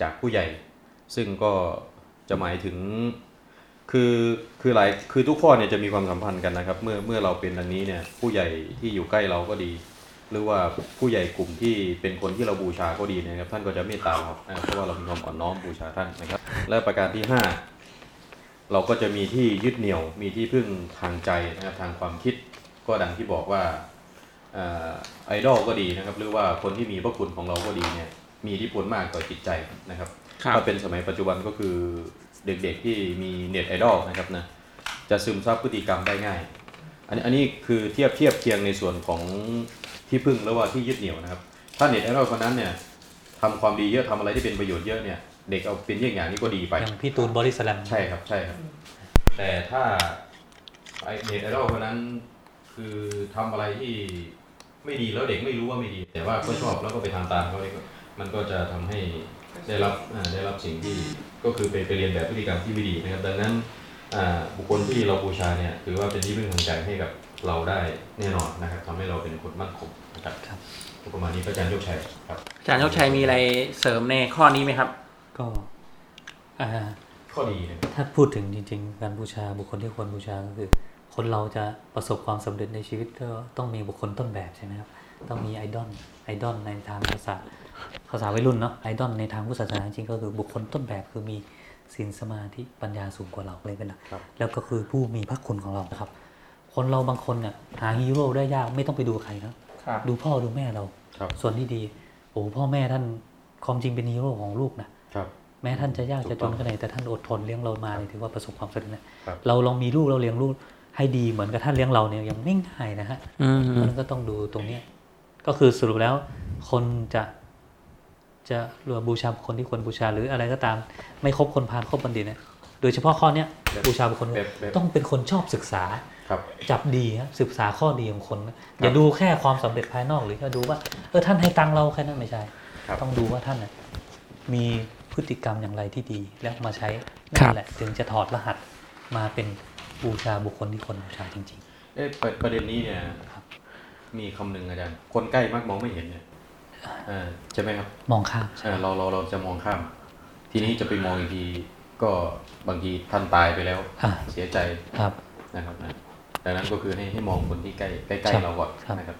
C: จากผู้ใหญ่ ซึ่งก็จะหมายถึงคือคือหลายคือทุกข้อเนี่ยจะมีความสัมพันธ์กันนะครับ เมื่อเมื่อเราเป็นดังนี้เนี่ยผู้ใหญ่ที่อยู่ใกล้เราก็ดี หรือว่าผู้ใหญ่กลุ่มที่เป็นคนที่เราบูชาก็ดีนะครับ ท่านก็จะเมตตาเราอ่าเพราะว่าเรามีความอ่อนน้อมบูชาท่านนะครับ และประการที่ห้า เราก็จะมีที่ยึดเหนี่ยว มีที่พึ่งทางใจนะครับทางความคิด ก็ดังที่บอกว่าไอดอลก็ดีนะครับ หรือว่าคนที่มีพระคุณของเราก็ดีเนี่ย มีอิทธิพลมากต่อจิตใจนะครับ
A: ครับ
C: ถ้าเป็นสมัยปัจจุบันก็คือเด็กๆที่มีเน็ตไอดอลนะครับนะจะซึมซับพฤติกรรมได้ง่าย อันนี้อันนี้คือเทียบเทียบเคียงในส่วนของที่พึ่งแล้วว่าที่ยึดเหนี่ยวนะครับ ถ้าเน็ตไอดอลคนนั้นเนี่ยทำความดีเยอะทำอะไรที่เป็นประโยชน์เยอะเนี่ยเด็กเอาเป็นเยี่ยงอย่างนี้ก็ดีไป
B: อย่างพี่ตูนบอดี้สแลม
C: ใช่ครับใช่ครับ แต่ถ้าไอเน็ตไอดอลคนนั้นคือทำอะไรที่ไม่ดีแล้วเด็กไม่รู้ว่าไม่ดี แต่ว่าก็ชอบแล้วก็ไปทำตามเขาเองมันก็จะทำให้ได้รับอ่าได้รับสิ่งที่ก็คือไปไปเรียนแบบพฤติกรรมที่ไม่ดีนะครับ ดังนั้นอ่าบุคคลที่เราบูชาเนี่ยถือว่าเป็นที่พึ่งทางใจให้กับเราได้แน่นอนนะครับทำให้เราเป็นคนมั่นคงนะครับ
B: ครับ
C: ก็ประมาณนี้พระอาจารย์โชคชัยครับ
A: อาจารย์โชคชัยมีอะไรเสริมในข้อนี้ไหมครับ
B: ก็อ่า
C: ข้อดีนะครับ
B: ถ้าพูดถึงจริง ๆ การบูชาบุคคลที่ควรบูชาก็คือ คนเราจะประสบความสำเร็จในชีวิตก็ต้องมีบุคคลต้นแบบใช่ไหมครับ ต้องมีไอดอลไอดอลในทางภาษาภาษาวัยรุ่นเนาะไอดอลในทางพุทธศาสนาจริงๆก็คือบุคคลต้นแบบคือมีศีลสมาธิปัญญาสูงกว่าเราเลยเป็นหลัก
C: ครับ
B: แล้วก็คือผู้มีพระคุณของเรานะครับ คนเราบางคนเนี่ยหาฮีโร่ได้ยากไม่ต้องไปดูใครนะครับ ดูพ่อดูแม่เรา
C: ครับ
B: ส่วนที่ดีโอ้โหพ่อแม่ท่านความจริงเป็นฮีโร่ของลูกนะ
C: ครับ
B: แม้ท่านจะยาก
C: ถูก
B: จะจ
C: ต้อน ง
B: ขนาดไหนแต่ท่านอดทนเลี้ยงเรามาเนี่ยถือว่าประสบความสำเร็จนะครับ เราลองมีลูกเราเลี้ยงลูกให้ดีเหมือนกับท่านเลี้ยงเราเนี่ยยังไม่ง่ายนะฮะ
A: อืม
B: มันก็ต้องดูตรงเนี้ยก็คือสรุปแล้วคนจะจะรวมบูชาบุคคนที่ควรบูชาหรืออะไรก็ตาม ไม่คบคนพาลคบบัณฑิตเนี่ยโดยเฉพาะข้อเนี้ยบูชาบุคคล
C: แบบแบบ
B: ต้องเป็นคนชอบศึกษา
C: ครับ
B: จับดีครับศึกษาข้อดีของคนนะอย่าดูแค่ความสำเร็จภายนอกหรืออย่าดูว่าเออท่านให้ตังค์เราแค่นั้นไม่ใช่
C: ครับ
B: ต้องดูว่าท่านน่ะมีพฤติกรรมอย่างไรที่ดี แล้วมาใช้
A: ครับ
B: นั่นแหละถึงจะถอดรหัสมาเป็นบูชาบุคคลที่คนบูชาจริง
C: เอ้ยประประเด็นนี้เนี่ย
B: ครับ
C: มีคำหนึ่งอาจารย์คนใกล้มักมองไม่เห็นเนี่ยเอ่อใช่ไหมครับ
B: ๆ มองข้าม
C: เอ่อเราเราเราจะมองข้าม ทีนี้จะไปมองอีกทีก็บางทีท่านตายไปแล้ว
B: อ่ะ
C: เสียใจ
B: ครับ
C: นะครับนะดังนั้นก็คือให้ให้มองคนที่ใกล้ใกล้
B: ครับ
C: ๆเราก่อน
B: ครับ
C: นะครับ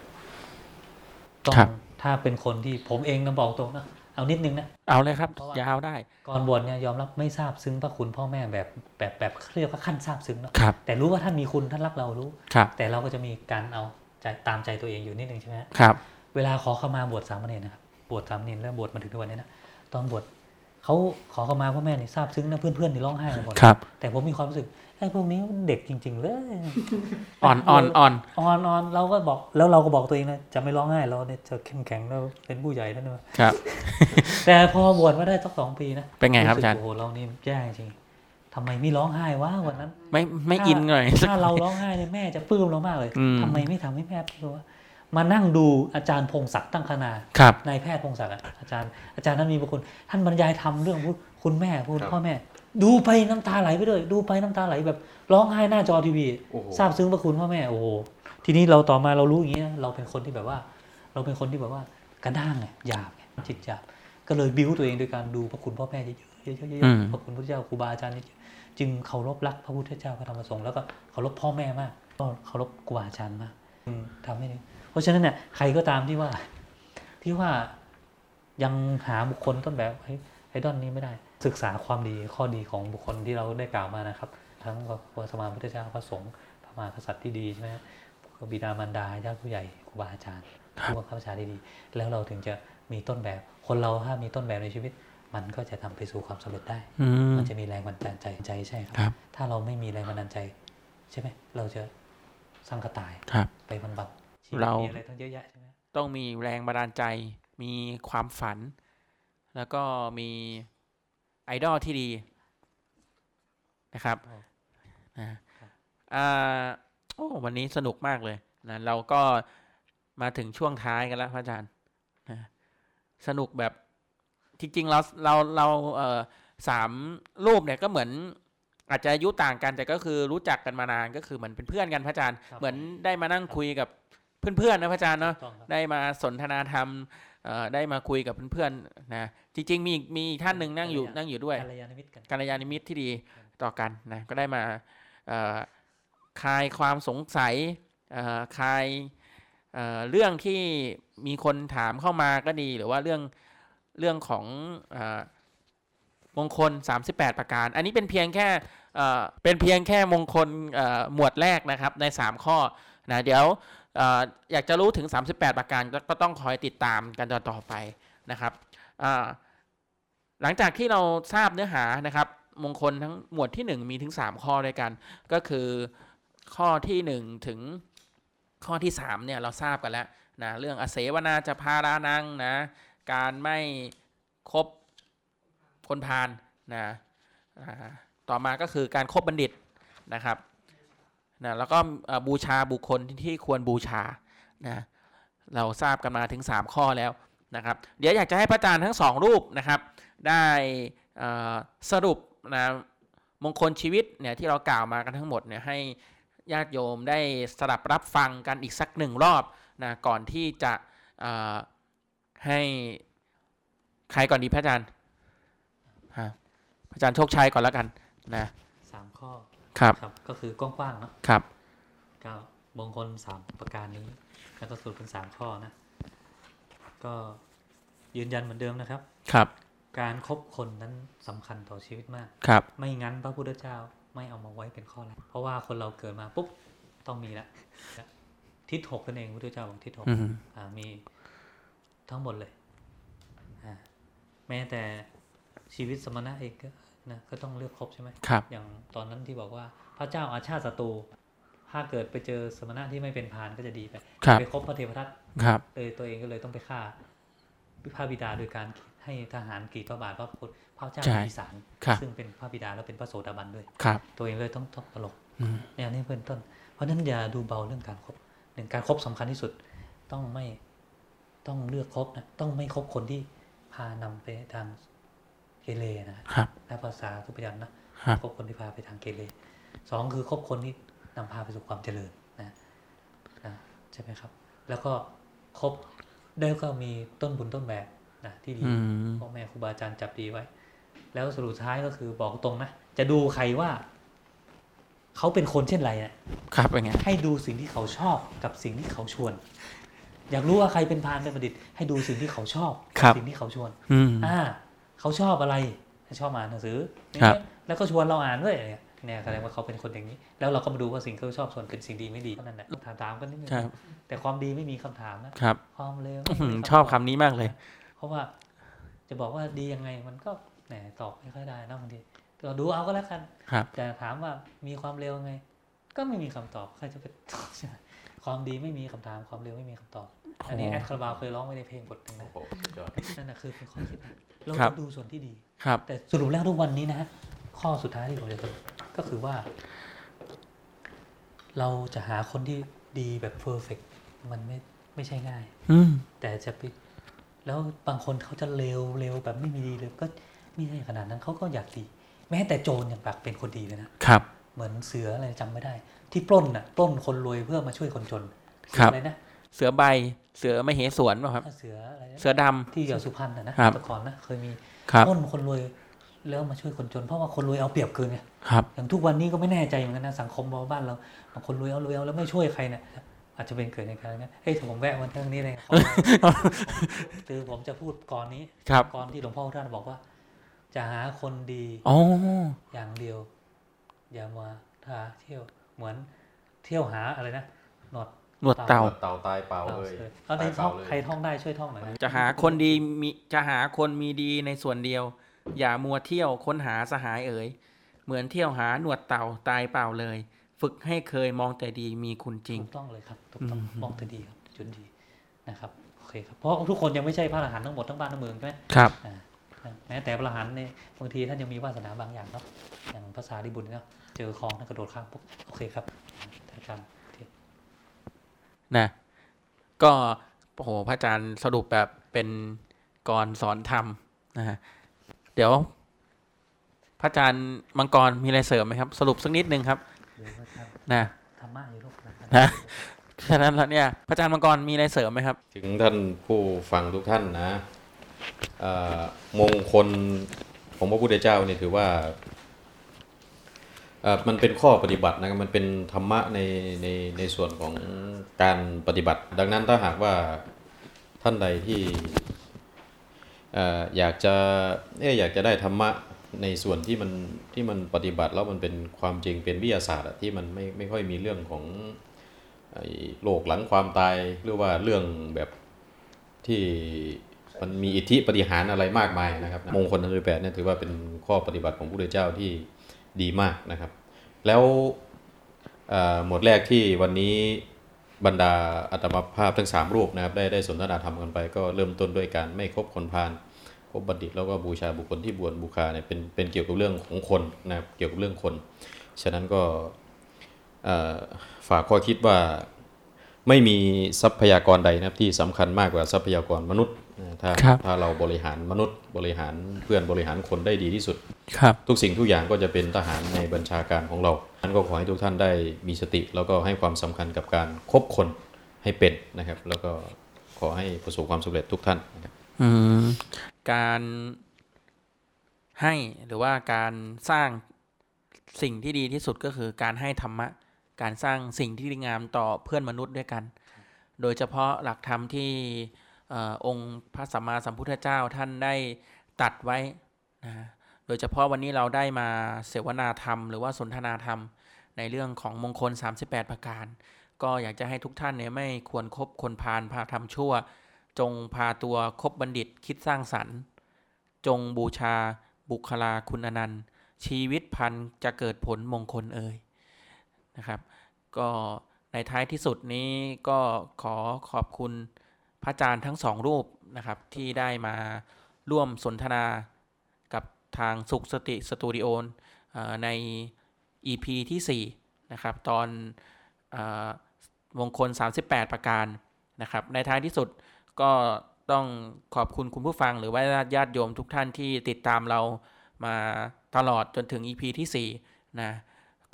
B: ต้อง
A: ครับ
B: ถ้าเป็นคนที่ผมเองนะบอกตรงนะเอานิดนึงนะ
A: เอาเลยครับ
B: เพราะว่า
A: ยาวได้
B: ก่อนบวชเนี่ยยอมรับไม่ทราบซึ้งพระคุณพ่อแม่แบบแบบแบบเรียกว่าขั้นทราบซึ้งเนาะ
A: ครับ
B: แต่รู้ว่าท่านมีคุณท่านรักเรารู้
A: ครับ
B: แต่เราก็จะมีการเอาใจตามใจตัวเองอยู่นิดนึงใช่ไหมฮะ
A: ครับ
B: เวลาขอเข้ามาบวชสามเณรนะครับบวชสามเณรแล้วบวชมาถึงทุกวันนี้นะตอนบวช เขาขอขมาพ่อแม่นี่ทราบซึ้งนะเพื่อนๆนี่ร้องไห้กันหมด
E: ครับ
B: แต่ผมมีความรู้สึกไอ้พวกนี้มันเด็กจริง ๆ เลย
E: อ่อนอ่อนอ่อน
B: ออนออนเราก็บอกแล้วเราก็บอกตัวเองนะจะไม่ร้องไห้เราเนี่ยจะเข้มแข็งเราเป็นผู้ใหญ่แล้วนะครับ แต่พอบวชมาได้สักสองปีนะ
E: เป็นไงครับ
B: สึ
E: อาก จารย์
B: โอ้โหเรานี่แย่จริงทำไมไม่ร้องไห้วะวันนั้น
E: ไม่ไม่อินหน่อย
B: ถ้าเราร้องไห้เนี่ยแม่จะปลื้มเรามากเลย
E: อืม
B: ทำไมไม่ทำให้แม่ปลื้มวะมานั่งดูอาจารย์พงศักดิ์ตั้งคณา
E: ครับ
B: นายแพทย์พงศักดิ์อะอาจารย์อาจารย์ท่านมีพระคุณท่านบรรยายทำเรื่องพุทธคุณแม่คุณ
C: ครับ
B: พ่อแม่ ดูไปน้ำตาไหลไปด้วยดูไปน้ำตาไหลแบบร้องไห้หน้าจอทีวี
C: โอ้โห
B: ทราบซึ้งพระคุณพ่อแม่โอ้โหทีนี้เราต่อมาเรารู้อย่างนี้นะเราเป็นคนที่แบบว่า เราเป็นคนที่แบบว่ากระด้างไงหยาบไงจิตหยาบก็เลยบิ้วตัวเองโดยการดูพระคุณพ่อแม่เยอะๆเยอะๆเย
E: อื
B: อะ
E: ม
B: ๆพระคุณพระเจ้าครูบาอาจารย์เยอะๆจึงเคารพรักพระพุทธเจ้าพระธรรมสงฆ์แล้วก็เคารพพ่อแม่มากก็เคารพครูบาอาจารย์มากอืมทำให้ดีเพราะฉะนั้นเนี่ยใครก็ตามที่ว่า ที่ว่ายังหาบุคคลต้นแบบไอ้ไอดอลนี้ไม่ได้ ศึกษาความดีข้อดีของบุคคลที่เราได้กล่าวมานะครับ ทั้งพระพระสมมาพุทธเจ้าพระสงฆ์พระมหากษัตริย์ที่ดีใช่ไหมฮะก็บิดามารดาญาติผู้ใหญ่ครูบาอาจารย์ผู้บังคับบัญชาที่ดี แล้วเราถึงจะมีต้นแบบ คนเราถ้ามีต้นแบบในชีวิต มันก็จะนำไปสู่ความสำเร็จได้
E: อืม
B: มันจะมีแรงบันดาลใจใจใช่ค
E: ครั
B: รับ ถ้าเราไม่มีแรงบันดาลใจ ใช่ไหมเราจะสร้างกระต่าย
E: ครับ
B: ไปบันบัดชีวิต
E: เรามี
B: อะไรตั้งเยอะแยะใช่ไหม
E: ต้องมีแรงบันดาลใจ มีความฝัน แล้วก็มีไอดอลที่ดีนะครับ
B: ครับ
E: นะครับ อ่าโอ้วันนี้สนุกมากเลยนะเราก็มาถึงช่วงท้ายกันแล้วพระอาจารย์นะสนุกแบบจริงๆเราเราเราเอ่อสามรูปเนี่ยก็เหมือน อาจจะอายุต่างกันแต่ก็คือรู้จักกันมานานก็คือเหมือนเป็นเพื่อนกันพระอาจารย์
B: ครับ
E: เหมือนได้มานั่งคุยกับเพื่อนๆนะพระอาจารย์เนาะ
B: ต้องครับ
E: ได้มาสนทนาธรรมเอ่อได้มาคุยกับเพื่อนๆนะ จริง ๆ มีอีกมีอีกท่านหนึ่งนั่งอยู่
B: กัลยาณ
E: นั่งอยู่ด้วย
B: กัลยาณมิตรกัน
E: กัลยาณมิตรที่ดีต่อกันนะ ก็ได้มาเอ่อคลายความสงสัยเอ่อคลายเอ่อเรื่องที่มีคนถามเข้ามาก็ดี หรือว่าเรื่องเรื่องของเอ่อมงคล 38 ประการ อันนี้เป็นเพียงแค่เอ่อเป็นเพียงแค่มงคลเอ่อหมวดแรกนะครับใน 3 ข้อนะเดี๋ยว เอ่ออยากจะรู้ถึง 38 ประการก็ก็ต้องคอยติดตามกันต่อๆไปนะครับอ่าหลังจากที่เราทราบเนื้อหานะครับ มงคลทั้งหมวดที่ 1 มีถึง 3 ข้อด้วยกัน ก็คือข้อทีหนึ่1 ถึงข้อที่ 3 เนี่ยเราทราบกันแล้วนะเรื่องอเสวนาจะพารานังนะการไม่คบคนพาลนะอ่าต่อมาก็คือการคบบัณฑิตนะครับ นะแล้วก็เอ่อบูชาบุคคลที่ที่ควรบูชานะเราทราบกันมาถึง 3 ข้อแล้วนะครับ เดี๋ยวอยากจะให้พระอาจารย์ทั้งสองรูปนะครับ ได้เอ่อสรุปนะมงคลชีวิตเนี่ยที่เรากล่าวมากันทั้งหมดเนี่ยให้ญาติโยมได้สลับรับฟังกันอีกสักหนึ่งรอบนะก่อนที่จะเอ่อให้ใครก่อนดีพระอาจารย์ฮะพระอาจารย์โชคชัยก่อนแล้วกันนะ
B: สามข้อ
E: ครับ
B: ครับก็คือกว้างๆเนาะ
E: ครับ
B: เก้ามงคลสามประการนี้ แล้วก็สรุปเป็นสามข้อนะ ก็ยืนยันเหมือนเดิมนะครับ
E: ครับ
B: การคบคนนั้นสำคัญต่อชีวิตมาก
E: ครับ
B: ไม่งั้นพระพุทธเจ้าไม่เอามาไว้เป็นข้อแรกเพราะว่าคนเราเกิดมาปุ๊บต้องมีละทิศหกนั่นเองพระพุทธเจ้าบอกทิศหก
E: อืม
B: อ่ามีทั้งหมดเลยอ่าแม้แต่ชีวิตสมณะเองก็นะก็ต้องเลือกครบใช่ไหม
E: ครับ
B: อย่างตอนนั้นที่บอกว่าพระเจ้าอาชาติศัตรูถ้าเกิดไปเจอสมณะที่ไม่เป็นพานก็จะดีไป
E: ครับ
B: ไปคบพระเทพทัต
E: ครับ
B: เลยตัวเองก็เลยต้องไปฆ่าพระบิดาโดยการให้ทหารกรีดพระบาทพระพุทธพระเจ้าพิสาร
E: ครับ
B: ซึ่งเป็นพระบิดาและเป็นพระโสดาบันด้วย
E: ครับ
B: ตัวเองเลยต้องต้องตลก
E: อืม
B: เนี่ยนี่เป็นต้น เพราะฉะนั้นอย่าดูเบาเรื่องการครบหนึ่งการครบสำคัญที่สุด ต้องไม่ต้องเลือกคบนะต้องไม่คบคนที่พานำไปทางเกเรนะฮะ
E: ครับ
B: และภาษาทุพยัญชนะครับ คบคนที่พาไปทางเกเรสองคือคบคนที่นำพาไปสู่ความเจริญนะนะใช่ไหมครับ แล้วก็คบได้ก็มีต้นบุญต้นแบบนะที่ดี
E: อืม
B: พ่อแม่ครูบาอาจารย์จับดีไว้ แล้วสรุปท้ายก็คือบอกตรงนะจะดูใครว่า เขาเป็นคนเช่นไรนะ
E: ครับเป็นไง
B: ให้ดูสิ่งที่เขาชอบกับสิ่งที่เขาชวน อยากรู้ว่าใครเป็นพรานเป็นบัณฑิต ให้ดูสิ่งที่เขาชอบ
E: ครับ
B: สิ่งที่เขาชวน
E: อืม
B: อ่า เขาชอบอะไรเขาชอบอ่านหนังสือ
E: ครับ
B: แล้วก็ชวนเราอ่านด้วยเนี่ยเนี่ยแสดงว่าเขาเป็นคนอย่างนี้ แล้วเราก็มาดูว่าสิ่งที่เขาชอบชวนเป็นสิ่งดีไม่ดีเท่านั้นแหละถามๆกันนิดนึง
E: ครับ
B: แต่ความดีไม่มีคำถามนะครับ ความเลว
E: อื้อหือ
B: ไม่มีำ
E: ชอบ
B: ต
E: คำนี้มากเลย
B: เพราะว่าจะบอกว่าดียังไงมันก็ แหมตอบไม่ค่อยได้นะบางทีก็ดูเอาก็แล้วกัน
E: ครับ
B: แต่ถามว่ามีความเร็วไง ก็ไม่มีคำตอบใครจะไปตอบใช่ไหมความดีไม่มีคำถามความเร็วไม่มีคำตอบ อันนี้
E: โอ้
B: แอดคาราบาวเคยร้องไว้ในเพลงบทหนึ่งนะ
C: โอ้โหสุดยอด
B: นั่นนะคือเป็นข้อคิดนะเรา
E: ครั
B: ต้อ
E: บ
B: งดูส่วนที่ดี
E: ครับ
B: แต่สรุปแล้วทุกวันนี้นะฮะข้อสุดท้ายที่ผมจะสรุปก็คือว่า เราจะหาคนที่ดีแบบเพอร์เฟกมันไม่ไม่ใช่ง่าย
E: อืม
B: แต่จะไปแล้วบางคนเขาจะเร็วเร็วแบบไม่มีดีเลยก็ไม่ใช่ขนาดนั้นเขาก็อยากดี แม้แต่โจรอย่างปากเป็นคนดีเลยนะ
E: ครับ
B: เหมือนเสืออะไรจำไม่ได้ ที่ปล้นน่ะปล้นคนรวยเพื่อมาช่วยคนจน
E: ครับ
B: อะไรนะ
E: เสือใบ เสือไม่เหสวนป่ะครับ
B: เสืออะไรนะ
E: เสือด
B: ที่อยู่สุพรรณน่ะนะครับ แต่ก่อนนะเคยมี
E: ำครับ
B: ปล้นคนรวยแล้วมาช่วยคนจน เพราะว่าคนรวยเอาเปรียบเกินไง
E: ครับ
B: อย่างทุกวันนี้ก็ไม่แน่ใจเหมือนกันนะสังคมบ้านเราบางคนรวยเอารวยเอาแล้วไม่ช่วยใครเนี่ยอาจจะเป็นเกิดในการนั้นเฮ้ยถ้าผมแวะวันเรื่องนี้
E: [LAUGHS]
B: เลยขอ คือผมจะพูดก่อนนี้
E: ครับ
B: ก่อนที่หลวงพ่อท่านบอกว่า จะหาคนดี
E: อ๋อ
B: อย่างเดียว อย่ามาหาเที่ยวเหมือนเที่ยวหาอะไรนะหนวด
E: หนวดเต่า
C: เต่าตายเปล่าเอ่ย
B: เอาใน
C: ตาย
B: ท่อง
C: ลย
B: ใครท่องได้ช่วยท่องหน่อยนะ
E: จะหาคนดีมีจะหาคนมีดีในส่วนเดียว อย่ามัวเที่ยวค้นหาสหายเอ๋ยเหมือนเที่ยวหาหนวดเต่าตายเปล่าเลย ฝึกให้เคยมองแต่ดีมีคุณจริง
B: ถูกต้องเลยครับถูกต้อง
E: อืม
B: มองแต่ดีครับจุดดีนะครับโอเคครับเพราะทุกคนยังไม่ใช่พระอรหันต์ทั้งหมดทั้งบ้านทั้งเมืองใช่ไหม
E: ครับ
B: อ่าแม้แต่พระอรหันต์เนี่ยบางทีท่านยังมีวาสนาบางอย่างเนาะอย่างภาษาดิบุตรเนาะเจอคลองท่านกระโดดข้ามปุ๊บโอเคครับท่านอาจารย์
E: นะก็โอ้โหพระอาจารย์สรุปแบบเป็นกรสอนธรรมนะฮะเดี๋ยว พระอาจารย์มังกรมีอะไรเสริมไหมครับ สรุปสักนิดนึงครับ
B: เดี๋ยวก็ท
E: นะ
B: ำธรรมะอยู่ลูกนะครับ
E: ฉะนั้นแล้วเนี่ยพระอาจารย์มังกรมีอะไรเสริมไหมครับ
C: ถึงท่านผู้ฟังทุกท่านนะเอ่อมงคลของพระพุทธเจ้าเนี่ยถือว่าเอ่อมันเป็นข้อปฏิบัตินะครับมันเป็นธรรมะในในในส่วนของการปฏิบัติ ดังนั้นถ้าหากว่าท่านใดที่เอ่ออยากจะเอยอยากจะได้ธรรมะในส่วนที่มันที่มันปฏิบัติแล้วมันเป็นความจริงเป็นวิทยาศาสตร์อะที่มันไม่ไม่ค่อยมีเรื่องของ ไอ้โลกหลังความตายหรือว่าเรื่องแบบที่มันมีอิทธิปฏิหารย์อะไรมากมายนะครับ มงคลทั้งสิบแปดเนี่ยถือว่าเป็นข้อปฏิบัติของพระพุทธเจ้าที่ดีมากนะครับ แล้วเอ่อหมวดแรกที่วันนี้บรรดาอัตมาภาพทั้ง 3 รูปนะครับได้ได้สนทนาธรรมกันไป ก็เริ่มต้นด้วยการไม่คบคนพาลคบบัณฑิตแล้วก็บูชาบุคคลที่บวชบูชาเนี่ยเป็นเป็นเกี่ยวกับเรื่องของคนนะครับเกี่ยวกับเรื่องคน ฉะนั้นก็ เอ่อฝากข้อคิดว่าไม่มีทรัพยากรใดนะครับที่สำคัญมากกว่าทรัพยากรมนุษย์นะถ้า
E: ครับ
C: ถ้าเราบริหารมนุษย์ บริหารเพื่อนบริหารคนได้ดีที่สุด
E: ครับ
C: ทุกสิ่งทุกอย่างก็จะเป็นทหารในบัญชาการของเรานั้นก็ขอให้ทุกท่านได้มีสติ แล้วก็ให้ความสำคัญกับการคบคนให้เป็นนะครับ แล้วก็ขอให้ประสบความสำเร็จทุกท่านนะครับ
E: อืมการให้หรือว่าการสร้างสิ่งที่ดีที่สุดก็คือการให้ธรรมะ การสร้างสิ่งที่ดีงามต่อเพื่อนมนุษย์ด้วยกัน โดยเฉพาะหลักธรรมที่เออองค์พระสัมมาสัมพุทธเจ้าท่านได้ตัดไว้นะฮะโดยเฉพาะวันนี้เราได้มาเสวนาธรรม หรือว่าสนทนาธรรมในเรื่องของมงคล 38 ประการ ก็อยากจะให้ทุกท่านเนี่ยไม่ควรคบคนพาลพาทำชั่ว จงพาตัวคบบัณฑิตคิดสร้างสรรค์ จงบูชาบุคลาคุณอนันต์ ชีวิตพันธ์จะเกิดผลมงคลเอ่ยนะครับ ก็ในท้ายที่สุดนี้ก็ขอขอบคุณพระอาจารย์ทั้งสองรูปนะครับ ที่ได้มาร่วมสนทนากับทางสุขสติสตูดิโอเอ่อใน EP ที่ 4 นะครับ ตอนเออมงคล 38 ประการนะครับ ในท้ายที่สุด ก็ต้องขอบคุณคุณผู้ฟังหรือว่าญาติโยมทุกท่านที่ติดตามเรามาตลอดจนถึง EP ที่ 4 นะ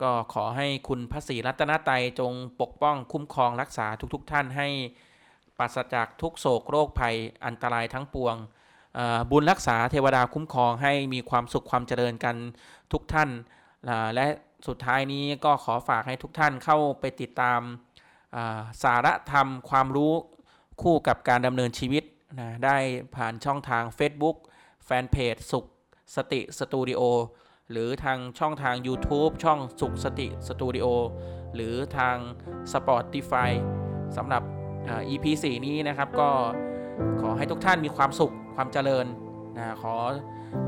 E: ก็ขอให้คุณพระศรีรัตนตรัยจงปกป้องคุ้มครองรักษาทุกๆทท่านให้ปราศจากทุกโศกโรคภัยอันตรายทั้งปวงเอ่อบุญรักษาเทวดาคุ้มครองให้มีความสุขความเจริญกันทุกท่านอ่าและสุดท้ายนี้ก็ขอฝากให้ทุกท่านเข้าไปติดตามอ่าสาระธรรมความรู้ คู่กับการดำเนินชีวิตนะได้ผ่านช่องทาง Facebook แฟนเพจสุขสติสตูดิโอหรือทางช่องทาง YouTube ช่องสุขสติสตูดิโอหรือทาง Spotify สำหรับเอ่อ EP 4 นี้นะครับก็ขอให้ทุกท่านมีความสุขความเจริญนะขอ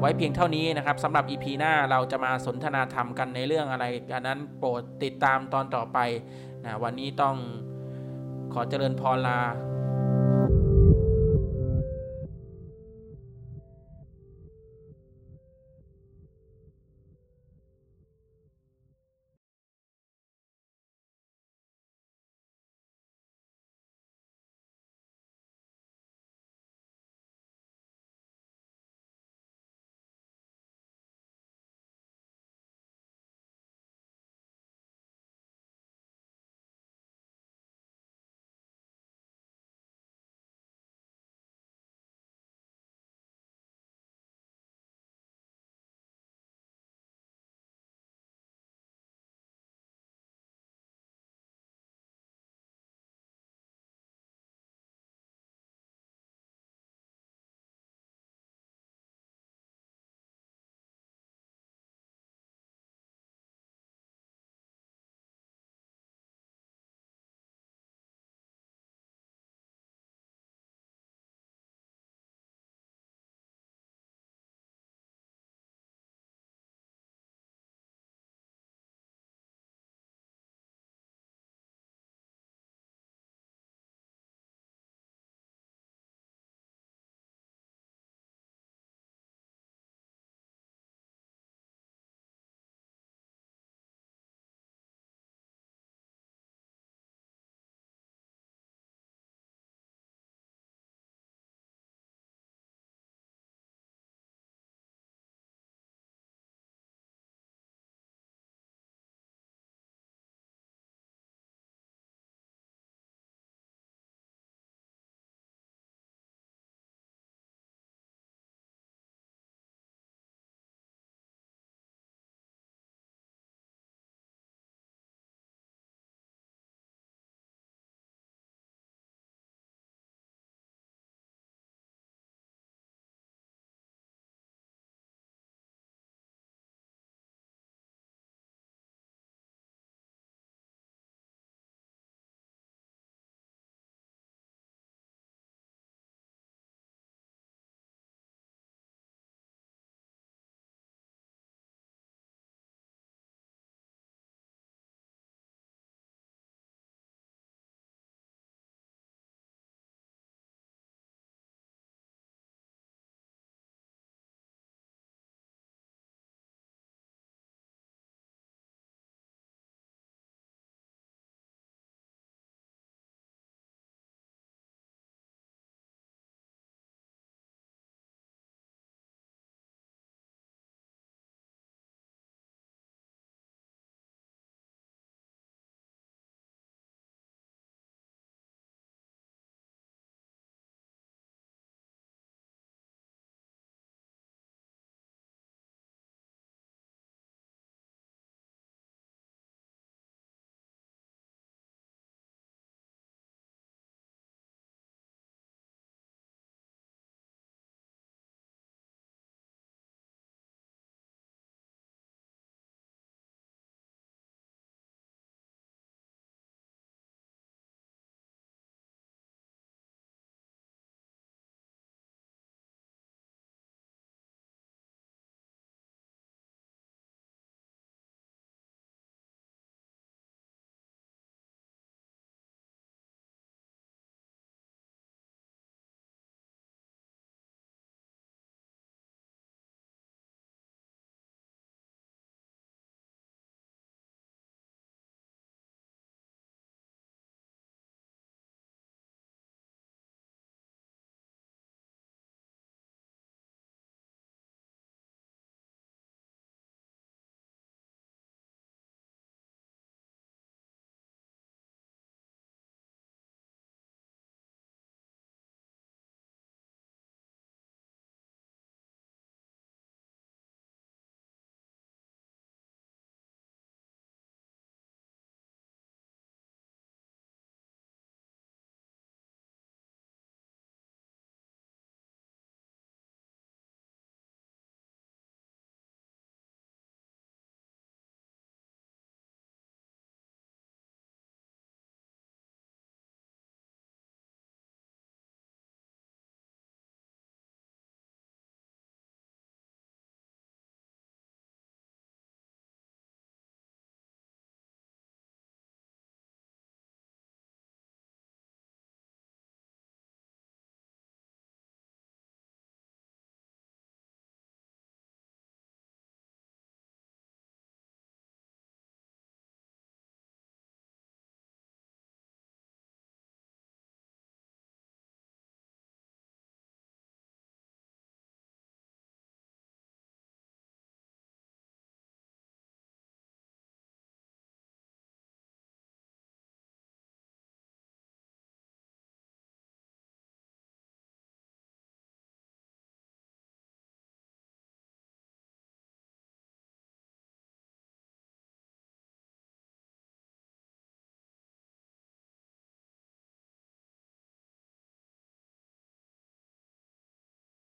E: ไว้เพียงเท่านี้นะครับสำหรับ EP หน้าเราจะมาสนทนาธรรมกันในเรื่องอะไรดังนั้นโปรดติดตามตอนต่อไปนะวันนี้ต้องขอเจริญพรลา